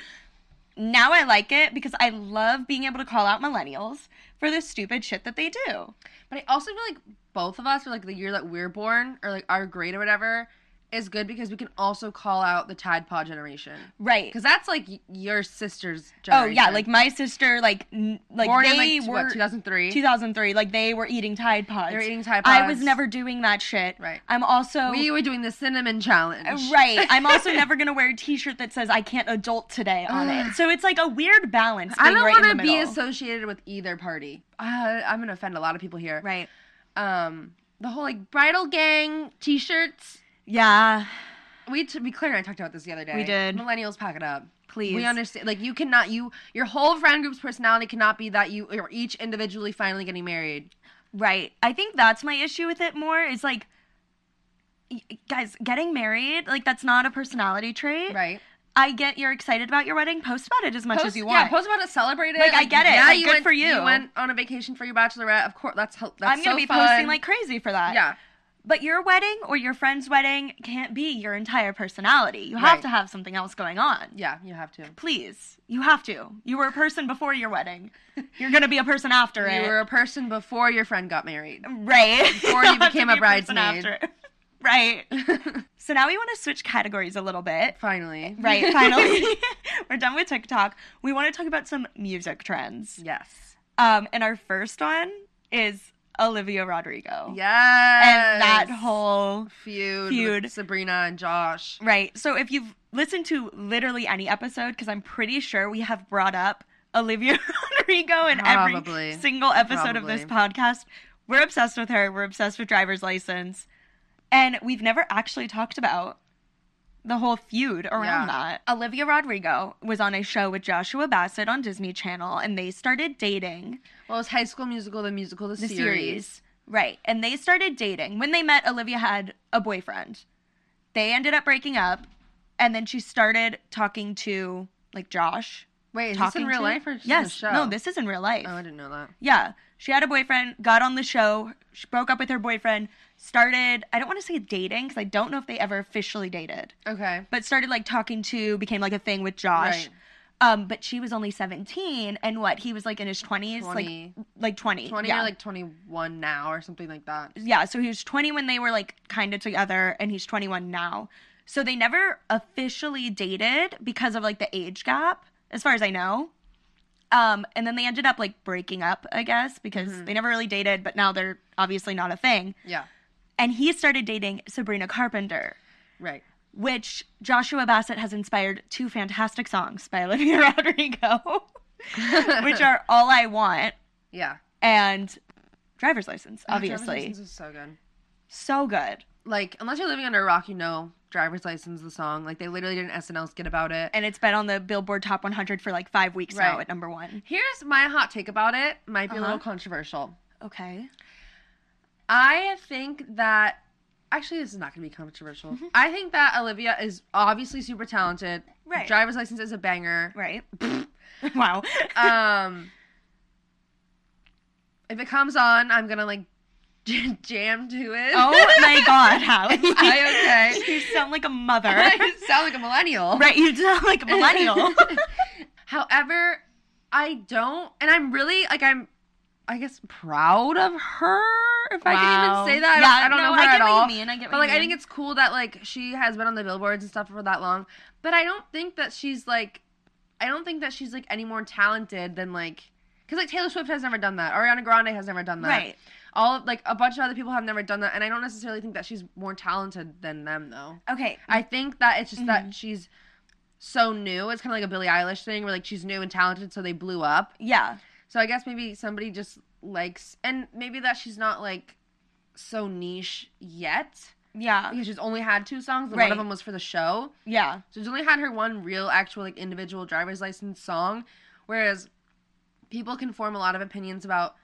S1: Now I like it because I love being able to call out millennials for the stupid shit that they do.
S3: But I also feel like both of us were like the year that we're born or like our grade or whatever. is good because we can also call out the Tide Pod generation
S1: Right.
S3: because that's like y- your sister's
S1: Oh
S3: generation.
S1: yeah, like my sister, like n- like
S3: born
S1: they
S3: in like
S1: were
S3: 2003.
S1: 2003, like they were eating Tide Pods.
S3: They were eating Tide
S1: I was
S3: Pods.
S1: never doing that shit.
S3: Right.
S1: I'm also
S3: we were doing the
S1: [laughs]
S3: cinnamon challenge.
S1: Uh, right. I'm also never gonna wear a T-shirt that says I can't adult today on [sighs] it. So it's like a weird balance.
S3: I
S1: being
S3: don't
S1: right
S3: want
S1: in
S3: to
S1: the
S3: be
S1: middle.
S3: associated with either party. Uh, I'm gonna offend a lot of people here.
S1: right.
S3: Um, the whole like bridal gang T-shirts.
S1: Yeah.
S3: We t- we Claire and I talked about this the other day.
S1: We did.
S3: Millennials pack it up.
S1: Please.
S3: We understand. Like you cannot. You your whole friend group's personality cannot be that you are each individually finally getting married.
S1: Right. I think that's my issue with it more is like y- guys getting married like that's not a personality trait
S3: Right.
S1: i get you're excited about your wedding post about it as much as you want
S3: Yeah, post about it, celebrate it.
S1: Like, I get it.
S3: Yeah,
S1: Like,
S3: you
S1: good
S3: went,
S1: for you.
S3: went on a vacation for your bachelorette. Of course, that's ho- that's
S1: i'm gonna
S3: so
S1: be
S3: fun.
S1: posting like crazy for that
S3: yeah,
S1: But your wedding or your friend's wedding can't be your entire personality. You have
S3: Right.
S1: to have something else going on.
S3: yeah. You have to.
S1: Please, you have to. You were a person before your
S3: [laughs]
S1: wedding. You're gonna be a person after it.
S3: You were a person before your friend got [laughs] married.
S1: right.
S3: Before
S1: [laughs]
S3: you
S1: have to
S3: became
S1: be
S3: a
S1: person
S3: bridesmaid.
S1: after it. [laughs] right. so now we want to switch categories a little bit.
S3: Finally. [laughs]
S1: Right. Finally, [laughs] we're done with TikTok. We want to talk about some music trends.
S3: yes.
S1: Um, and our first one is Olivia Rodrigo.
S3: Yes.
S1: And that whole
S3: feud,
S1: feud.
S3: with Sabrina and Josh.
S1: Right. So if you've listened to literally any episode, because I'm pretty sure we have brought up Olivia [laughs] Rodrigo in
S3: Probably.
S1: every single episode of this podcast, we're obsessed with her. We're obsessed with driver's license. And we've never actually talked about the whole feud around
S3: Yeah.
S1: that. Olivia Rodrigo was on a show with Joshua Bassett on Disney Channel, and they started dating
S3: Well, it's High School Musical, the musical, the,
S1: the
S3: series.
S1: series. Right. And they started dating. When they met, Olivia had a boyfriend. They ended up breaking up. And then she started talking to, like, Josh.
S3: Wait, is
S1: talking
S3: this in real
S1: to-
S3: life or just in
S1: yes.
S3: the show?
S1: No, this is in real life.
S3: Oh, I didn't know that.
S1: yeah. She had a boyfriend, got on the show, she broke up with her boyfriend, started, I don't want to say dating because I don't know if they ever officially dated,
S3: Okay.
S1: but started, like, talking to, became, like, a thing with Josh.
S3: Right.
S1: Um, but she was only 17 and what he was like in his 20s
S3: 20.
S1: like like 20
S3: Twenty
S1: yeah.
S3: or like twenty-one now or something like that.
S1: yeah, so he was 20 when they were like kind of together, and he's 21 now. So they never officially dated because of like the age gap, as far as I know. Um, and then they ended up like breaking up, I guess, because
S3: Mm-hmm.
S1: they never really dated, but now they're obviously not a thing.
S3: Yeah.
S1: And he started dating Sabrina Carpenter,
S3: Right.
S1: which Joshua Bassett has inspired two fantastic songs by [laughs] Olivia Rodrigo, [laughs] which
S3: [laughs]
S1: are All I Want
S3: Yeah.
S1: and Driver's License,
S3: Oh,
S1: obviously.
S3: Driver's License is so good.
S1: So good.
S3: Like, unless you're living under a rock, you know Driver's License, the song. Like, they literally did an SNL skit about it.
S1: and it's been on the Billboard Top 100 for like five weeks now
S3: Right.
S1: at number one.
S3: Here's my hot take about it. Might be a little
S1: Uh-huh.
S3: controversial.
S1: Okay.
S3: I think that actually this is not going to be controversial.
S1: Mm-hmm.
S3: I think that Olivia is obviously super talented.
S1: Right.
S3: Driver's license is a banger. [laughs]
S1: Right. wow.
S3: Um if it comes on, I'm going to like [laughs] jam to it.
S1: oh
S3: [laughs]
S1: my God, Hallie.
S3: I okay.
S1: You sound like a mother.
S3: [laughs] I sound like a
S1: [laughs]
S3: millennial.
S1: right. You sound like a
S3: [laughs]
S1: millennial.
S3: However, I don't, and I'm really like I'm, I guess proud of her. If I
S1: Wow.
S3: can even say that,
S1: Yeah,
S3: I don't, I don't
S1: no,
S3: know her
S1: I get
S3: at
S1: what you
S3: all.
S1: mean, I get what
S3: but
S1: you
S3: like, I
S1: mean.
S3: think it's cool that like she has been on the billboards and stuff for that long. But I don't think that she's like, I don't think that she's like any more talented than like, because like Taylor Swift has never done that. Ariana Grande has never done that.
S1: Right.
S3: All of, like a bunch of other people have never done that, and I don't necessarily think that she's more talented than them though.
S1: okay.
S3: I think that it's just that she's so new. It's kind of like a Billie Eilish thing where like she's new and talented, so they blew up.
S1: Yeah.
S3: So I guess maybe somebody just likes, and maybe that she's not like so niche yet
S1: Yeah.
S3: because she's only had two songs. And One
S1: Right.
S3: of them was for the show,
S1: Yeah.
S3: so she's only had her one real, actual like individual driver's license song. Whereas people can form a lot of opinions about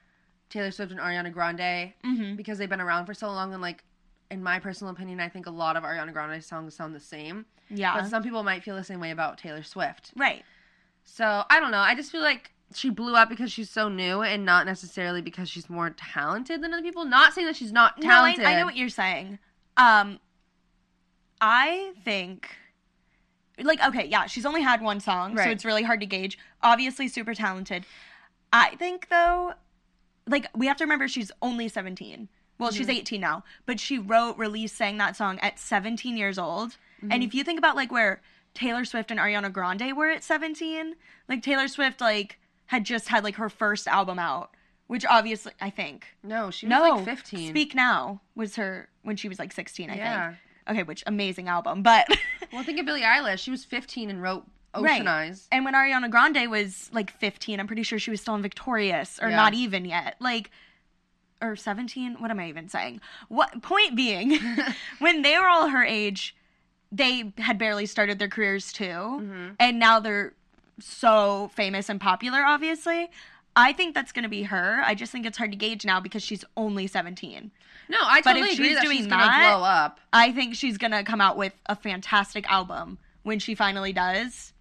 S3: Taylor Swift and Ariana Grande
S1: Mm-hmm.
S3: because they've been around for so long, and like. In my personal opinion, I think a lot of Ariana Grande's songs sound the same.
S1: Yeah.
S3: But some people might feel the same way about Taylor Swift.
S1: right.
S3: So I don't know. I just feel like she blew up because she's so new and not necessarily because she's more talented than other people. Not saying that she's not talented.
S1: No, I, I know what you're saying. Um, I think, like, okay, yeah, she's only had one song, so
S3: Right.
S1: it's really hard to gauge. Obviously, super talented. I think though, like, we have to remember she's only 17. Well, she's
S3: Mm-hmm.
S1: 18 now, but she wrote, released, sang that song at 17 years old.
S3: Mm-hmm.
S1: And if you think about like where Taylor Swift and Ariana Grande were at 17, like Taylor Swift like had just had like her first album out, which obviously I think
S3: No, she was
S1: no
S3: like 15.
S1: Speak Now was her when she was like 16, I
S3: Yeah.
S1: think. Okay, which amazing album, but [laughs]
S3: well, think of Billie Eilish. She was 15 and wrote
S1: Right.
S3: Ocean Eyes.
S1: And when Ariana Grande was like 15, I'm pretty sure she was still in Victorious or
S3: Yeah.
S1: not even yet. Like or 17, what am I even saying? What point
S3: [laughs]
S1: being [laughs] when they were all her age, they had barely started their careers too.
S3: Mm-hmm.
S1: And now they're so famous and popular obviously. I think that's going to be her. I just think it's hard to gauge now because she's only 17.
S3: No, I
S1: But if
S3: totally agree
S1: she's
S3: that
S1: doing
S3: she's gonna
S1: that-
S3: blow up.
S1: I think she's going to come out with a fantastic album when she finally does.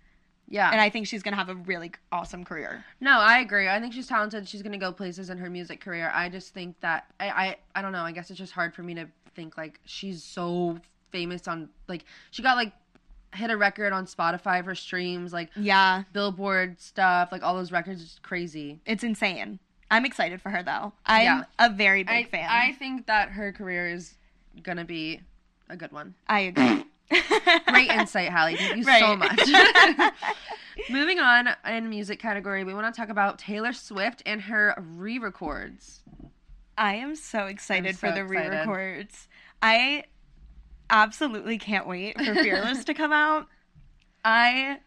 S3: Yeah.
S1: And I think she's going to have a really awesome career.
S3: No, I agree. I think she's talented. She's gonna go places in her music career. I just think that I, I I don't know. I guess it's just hard for me to think like she's so famous on like she got like hit a record on Spotify for streams, like
S1: Yeah,
S3: Billboard stuff, like all those records. It's crazy.
S1: it's insane. I'm excited for her though. I'm
S3: Yeah.
S1: a very big
S3: I
S1: fan.
S3: I think that her career is gonna be a good [laughs] one.
S1: I agree.
S3: Great insight, Hallie. Thank you so
S1: Right.
S3: [laughs] much. Moving on in music category, we want to talk about Taylor Swift and her re-records.
S1: [laughs] I am so excited
S3: I'm
S1: for
S3: so
S1: the
S3: excited.
S1: re-records. I absolutely can't wait
S3: [laughs]
S1: for Fearless to come out. I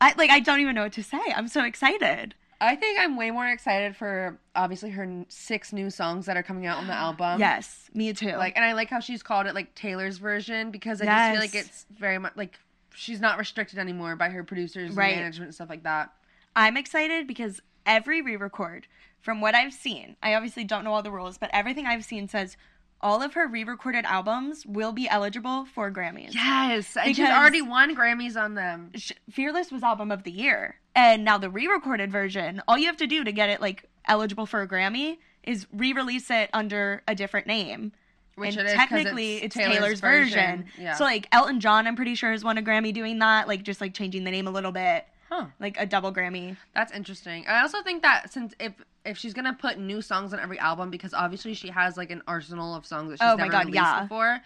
S1: I like I don't even know what to say. I'm so excited.
S3: I think I'm way more excited for obviously her n- six new songs that are coming out
S1: [gasps]
S3: on the album.
S1: yes, me too.
S3: Um, Like, and I like how she's called it like Taylor's version because I just feel like
S1: Yes.
S3: it's very much like she's not restricted anymore by her producers, and
S1: Right.
S3: management, and stuff like that.
S1: I'm excited because every re record, from what I've seen, I obviously don't know all the rules, but everything I've seen says all of her re recorded albums will be eligible for Grammys.
S3: Yes, and she's
S1: Because-
S3: already won Grammys on them.
S1: Sh- Fearless was album of the year. And now the re recorded version, all you have to do to get it like eligible for a Grammy is re release it under a different name.
S3: Which
S1: and
S3: it is 'cause
S1: technically it's, Taylor's, version.
S3: Yeah.
S1: So like Elton John, I'm pretty sure has won a Grammy doing that, like just like changing the name a little bit,
S3: huh.
S1: like a double Grammy.
S3: That's interesting. I also think that since if if she's gonna put new songs on every album, because obviously she has like an arsenal of songs that she's
S1: Oh my
S3: never
S1: God,
S3: released
S1: yeah.
S3: before,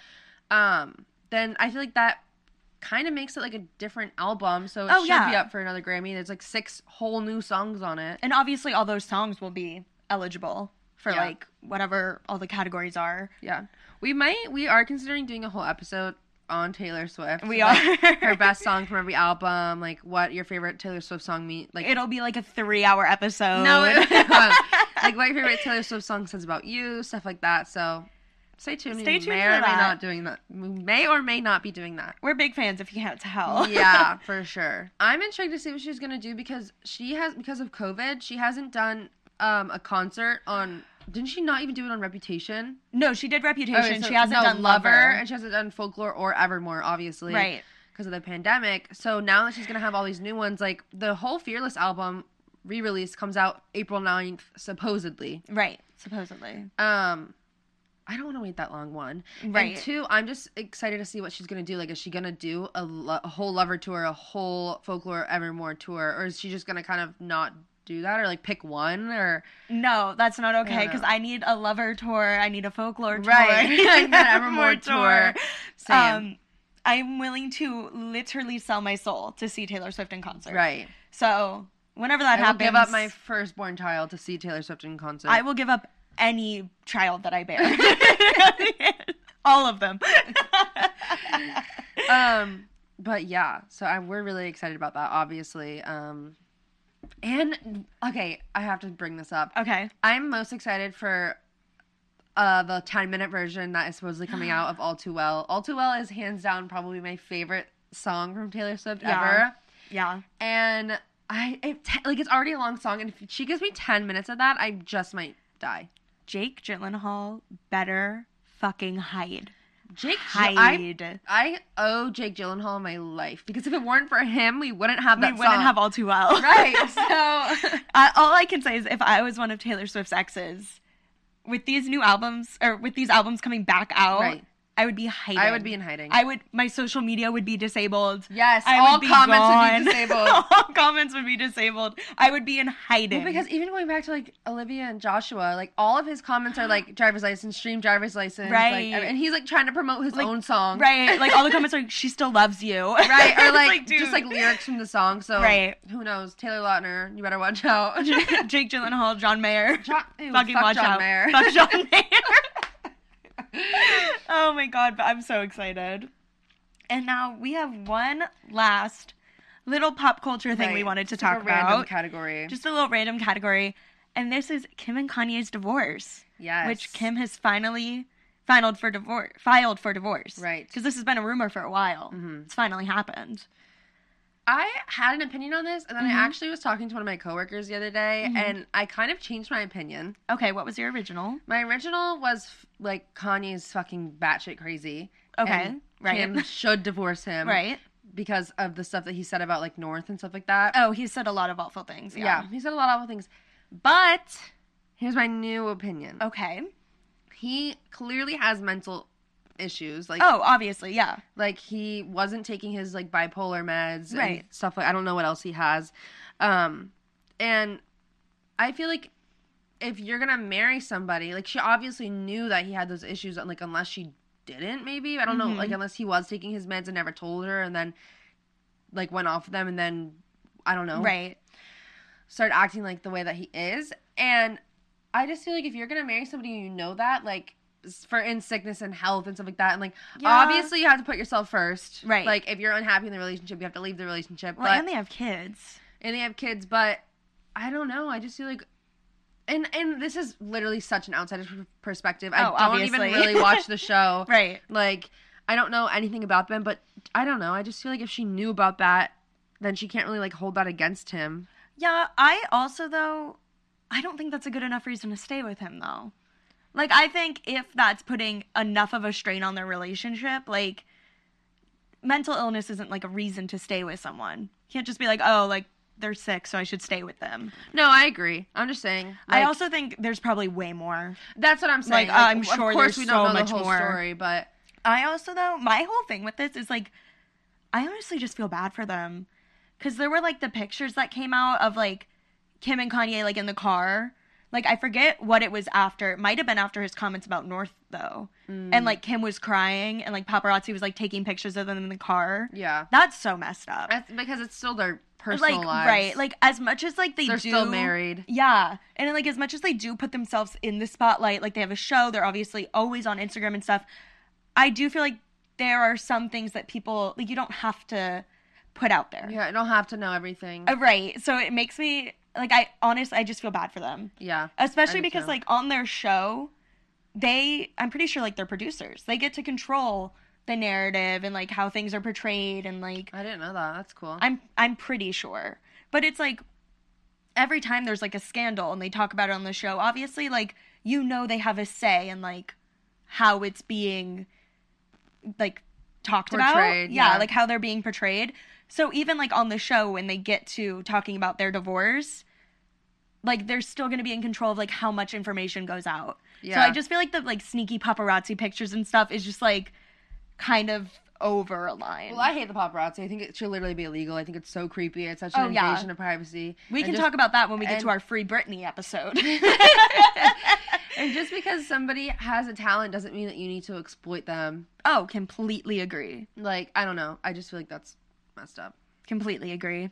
S3: um, then I feel like that kind of makes it like a different album. So it
S1: Oh,
S3: should be
S1: yeah.
S3: up for another Grammy. There's like six whole new songs on it.
S1: and obviously all those songs will be eligible for
S3: Yeah.
S1: like whatever all the categories are.
S3: Yeah, we might we are considering doing a whole episode on Taylor Swift.
S1: We [laughs]
S3: like,
S1: are.
S3: her best song from every album. Like what your favorite Taylor Swift song mean like
S1: It'll be like a three-hour episode. [laughs]
S3: No, it- like what your favorite Taylor Swift song says about you, stuff like that. So stay tuned.
S1: Stay
S3: We
S1: tuned
S3: may
S1: for
S3: or may
S1: that.
S3: not doing that. We may or may not be doing that.
S1: we're big fans. If you can't tell,
S3: yeah, for sure. I'm intrigued to see what she's gonna do because she has because of COVID, she hasn't done um, a concert on. Didn't she not even do it on Reputation?
S1: [laughs] no, she did Reputation.
S3: Okay, Oh, so-
S1: Oh, she hasn't
S3: no,
S1: done Lover.
S3: and she hasn't done Folklore or Evermore, obviously,
S1: Right.
S3: Because of the pandemic. So now that she's gonna have all these new ones, like the whole Fearless album re-release comes out April 9th, supposedly.
S1: Right, supposedly.
S3: Um, I don't want to wait that long. One,
S1: Right.
S3: And two, I'm just excited to see what she's gonna do. Like, is she gonna do a, lo- a whole lover tour, a whole folklore evermore tour, or is she just gonna kind of not do that, or like pick one, or
S1: No, that's not okay
S3: no.
S1: because I need a Lover tour. I need a Folklore
S3: [laughs]
S1: tour. [laughs]
S3: Right. I need an Evermore
S1: Evermore
S3: tour.
S1: tour.
S3: Same.
S1: Um, I'm willing to literally sell my soul to see Taylor Swift in concert.
S3: right?
S1: So whenever that
S3: I will
S1: happens,
S3: give up my firstborn child to see Taylor Swift in concert.
S1: I will give up any child that I
S3: [laughs]
S1: bear. [laughs] All of them. [laughs]
S3: um but yeah so I, we're really excited about that obviously um and okay i have to bring this up
S1: okay.
S3: i'm most excited for uh the 10 minute version that is supposedly
S1: [gasps]
S3: coming out of all too well all too well is hands down probably my favorite song from taylor swift
S1: Yeah.
S3: ever
S1: Yeah.
S3: and i it, te- like it's already a long song and if she gives me 10 minutes of that i just might die
S1: Jake Gyllenhaal better fucking hide.
S3: jake Gy- I,
S1: Hide.
S3: I owe jake gyllenhaal my life because if it weren't for him we wouldn't have
S1: we
S3: that
S1: wouldn't
S3: song.
S1: have all too well. [laughs]
S3: [laughs] right so
S1: I, all I can say is if I was one of Taylor Swift's exes, with these new albums or with these albums coming back out,
S3: [laughs] Right.
S1: I would be hiding.
S3: I would be in hiding.
S1: I would. My social media would be disabled.
S3: Yes,
S1: I
S3: all
S1: would be gone. [laughs]
S3: comments would be disabled.
S1: all comments would be disabled. I would be in hiding.
S3: Well, because even going back to like Olivia and Joshua, like all of his comments are like driver's license, stream driver's license, like,
S1: Right.
S3: and he's like trying to promote his
S1: Like,
S3: own song,
S1: right, like all the comments are like, she still loves you.
S3: right,
S1: [laughs]
S3: or
S1: It's
S3: like,
S1: dude.
S3: just like lyrics from the song. So
S1: Right.
S3: who knows? Taylor Lautner, you better watch
S1: [laughs]
S3: out. [laughs]
S1: Jake Gyllenhaal, John Mayer.
S3: John,
S1: [laughs]
S3: ew,
S1: fucking
S3: fuck
S1: watch
S3: John
S1: out.
S3: Mayer.
S1: Fuck
S3: [laughs]
S1: John Mayer. oh my god, but I'm so excited. And now we have one last little pop culture thing we
S3: [laughs] Right.
S1: wanted to
S3: Just like
S1: talk
S3: a Random
S1: about.
S3: category.
S1: Just a little random category. And this is Kim and Kanye's divorce,
S3: yes.
S1: which Kim has finally filed for divorce, filed for divorce.
S3: Right.
S1: Because this has been a rumor for a while.
S3: Mhm.
S1: It's finally happened.
S3: I had an opinion on this, and then
S1: Mhm.
S3: I actually was talking to one of my coworkers the other day,
S1: Mhm.
S3: and I kind of changed my opinion.
S1: Okay, what was your original?
S3: My original was f- like Kanye's fucking batshit crazy.
S1: Okay,
S3: and
S1: right. [laughs]
S3: Kim should divorce him,
S1: Right.
S3: because of the stuff that he said about like North and stuff like that.
S1: Oh, he said a lot of awful things.
S3: yeah. he said a lot of awful things. But here's my new opinion.
S1: Okay.
S3: He clearly has mental issues. Like
S1: Oh, obviously, yeah.
S3: like he wasn't taking his like bipolar meds and
S1: Right.
S3: stuff like I don't know what else he has. Um and I feel like if you're going to marry somebody, like she obviously knew that he had those issues and like unless she didn't maybe, I don't know,
S1: Mhm.
S3: like unless he was taking his meds and never told her and then like went off them and then I don't know.
S1: Right.
S3: Started acting like the way that he is and I just feel like if you're going to marry somebody and you know that like s- for in sickness and health and stuff like that and like Obviously, you have to put yourself first.
S1: Right.
S3: Like, if you're unhappy in the relationship, you have to leave the relationship.
S1: Well,
S3: but,
S1: and they have kids.
S3: and they have kids, but I don't know. I just feel like. And, and this is literally such an outsider's per- perspective. I
S1: Oh,
S3: don't even
S1: obviously. [laughs]
S3: really watch the show.
S1: Right.
S3: Like, I don't know anything about them, but I don't know. I just feel like if she knew about that, then she can't really, like, hold that against him.
S1: Yeah, I also though I don't think that's a good enough reason to stay with him though. Like I think if that's putting enough of a strain on their relationship, like mental illness isn't like a reason to stay with someone. You can't just be like, "Oh, like they're sick, so I should stay with them."
S3: No, I agree. I'm just saying.
S1: I
S3: like,
S1: also think there's probably way more.
S3: That's what I'm saying.
S1: Like, I'm
S3: of
S1: sure
S3: course
S1: there's
S3: we
S1: so
S3: don't know
S1: much
S3: the whole
S1: more.
S3: story, but.
S1: I also though my whole thing with this is like I honestly just feel bad for them cuz there were like the pictures that came out of like Kim and Kanye like in the car. Like I forget what it was after. It might have been after his comments about North though.
S3: Mm.
S1: And like Kim was crying and like paparazzi was like taking pictures of them in the car.
S3: Yeah.
S1: That's so messed up.
S3: That's because it's still their personal
S1: Like
S3: lives.
S1: right, like as much as like they
S3: They're
S1: do
S3: still married.
S1: Yeah. And like as much as they do put themselves in the spotlight, like they have a show, they're obviously always on Instagram and stuff. I do feel like there are some things that people like you don't have to put out there.
S3: Yeah, I don't have to know everything.
S1: Uh, Right. So it makes me like I honest I just feel bad for them.
S3: yeah.
S1: Especially
S3: I do
S1: because
S3: too.
S1: like on their show, they I'm pretty sure like they're producers. They get to control the narrative and like how things are portrayed and like
S3: I didn't know that. That's cool.
S1: I'm I'm pretty sure. But it's like every time there's like a scandal and they talk about it on the show, obviously like you know they have a say in like how it's being like talked
S3: Portrayed,
S1: about. Yeah,
S3: yeah.
S1: like how they're being portrayed. So even like on the show when they get to talking about their divorce, like they're still going to be in control of like how much information goes out. So
S3: Yeah.
S1: I just feel like the like sneaky paparazzi pictures and stuff is just like kind of over a line.
S3: well, I hate the paparazzi. I think it should literally be illegal. I think it's so creepy. It's such an
S1: Oh, yeah.
S3: invasion of privacy.
S1: We
S3: And
S1: can
S3: just-
S1: talk about that when we get
S3: and-
S1: to our free Britney
S3: [laughs]
S1: episode.
S3: And just because somebody has a talent doesn't mean that you need to exploit them.
S1: oh, completely agree.
S3: Like, I don't know. I just feel like that's messed up.
S1: Completely agree.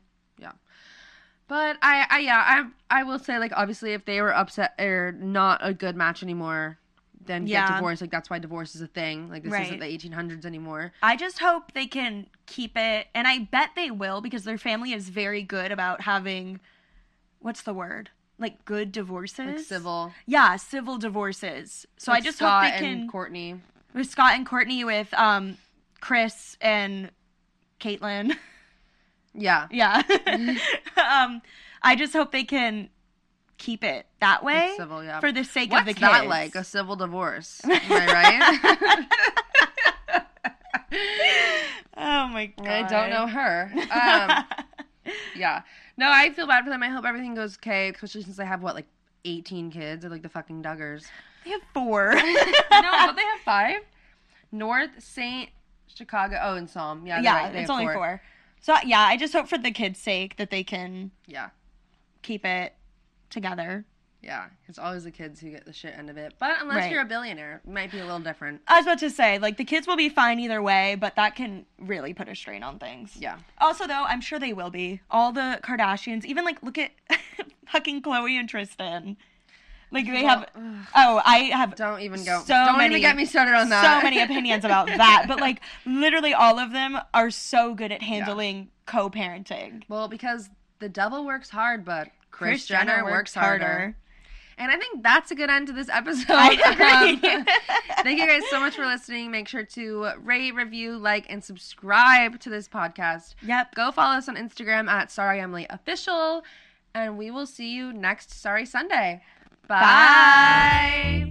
S3: But I, I yeah, I I will say like obviously if they were upset or not a good match anymore, then get
S1: Yeah.
S3: divorced. Like that's why divorce is a thing. Like this isn't
S1: Right.
S3: the 1800s anymore.
S1: I just hope they can keep it, and I bet they will because their family is very good about having what's the word? Like good divorces?
S3: Like civil.
S1: Yeah, civil divorces. So
S3: Like
S1: I just
S3: Scott
S1: hope they can
S3: and Courtney.
S1: with Scott and Courtney with um Chris and Caitlin. [laughs]
S3: Yeah. [laughs]
S1: yeah. um I just hope they can keep it that way.
S3: It's civil, yeah.
S1: for the sake
S3: What's
S1: of the kids.
S3: that like? A
S1: [laughs]
S3: civil divorce? Am I right?
S1: oh my god!
S3: I don't know her.
S1: [laughs]
S3: Um, yeah. No, I feel bad for them. I hope everything goes okay, especially since they have what, like, eighteen kids? They're like the fucking Duggars. [laughs]
S1: [laughs] they have four.
S3: no, don't they have five? North St. Chicago. Oh, and Psalm. Yeah, they're
S1: yeah,
S3: right, they
S1: it's
S3: have
S1: only four. So yeah, I just hope for the kids' sake that they can
S3: Yeah,
S1: keep it together.
S3: yeah. It's always the kids who get the shit end of it. But unless
S1: Right.
S3: you're a billionaire, it might be a little different.
S1: I was about to say, like the kids will be fine either way, but that can really put a strain on things.
S3: Yeah.
S1: Also, though, I'm sure they will be. All the Kardashians, even like look at [laughs] fucking Chloe and Tristan. Like they have. Oh, I have
S3: Don't even go.
S1: So
S3: don't
S1: many-
S3: even get me started on that.
S1: so many
S3: [laughs]
S1: opinions about that, but like literally all of them are so good at handling co-parenting.
S3: well, because the devil works hard, but Chris, Jenner, works harder. And I think that's a good end to this episode.
S1: I agree.
S3: [laughs] Um, thank you guys so much for listening. Make sure to rate, review, like, and subscribe to this podcast.
S1: Yep.
S3: Go follow us on Instagram at Sorry Emily Official, and we will see you next Sorry Sunday. Bye.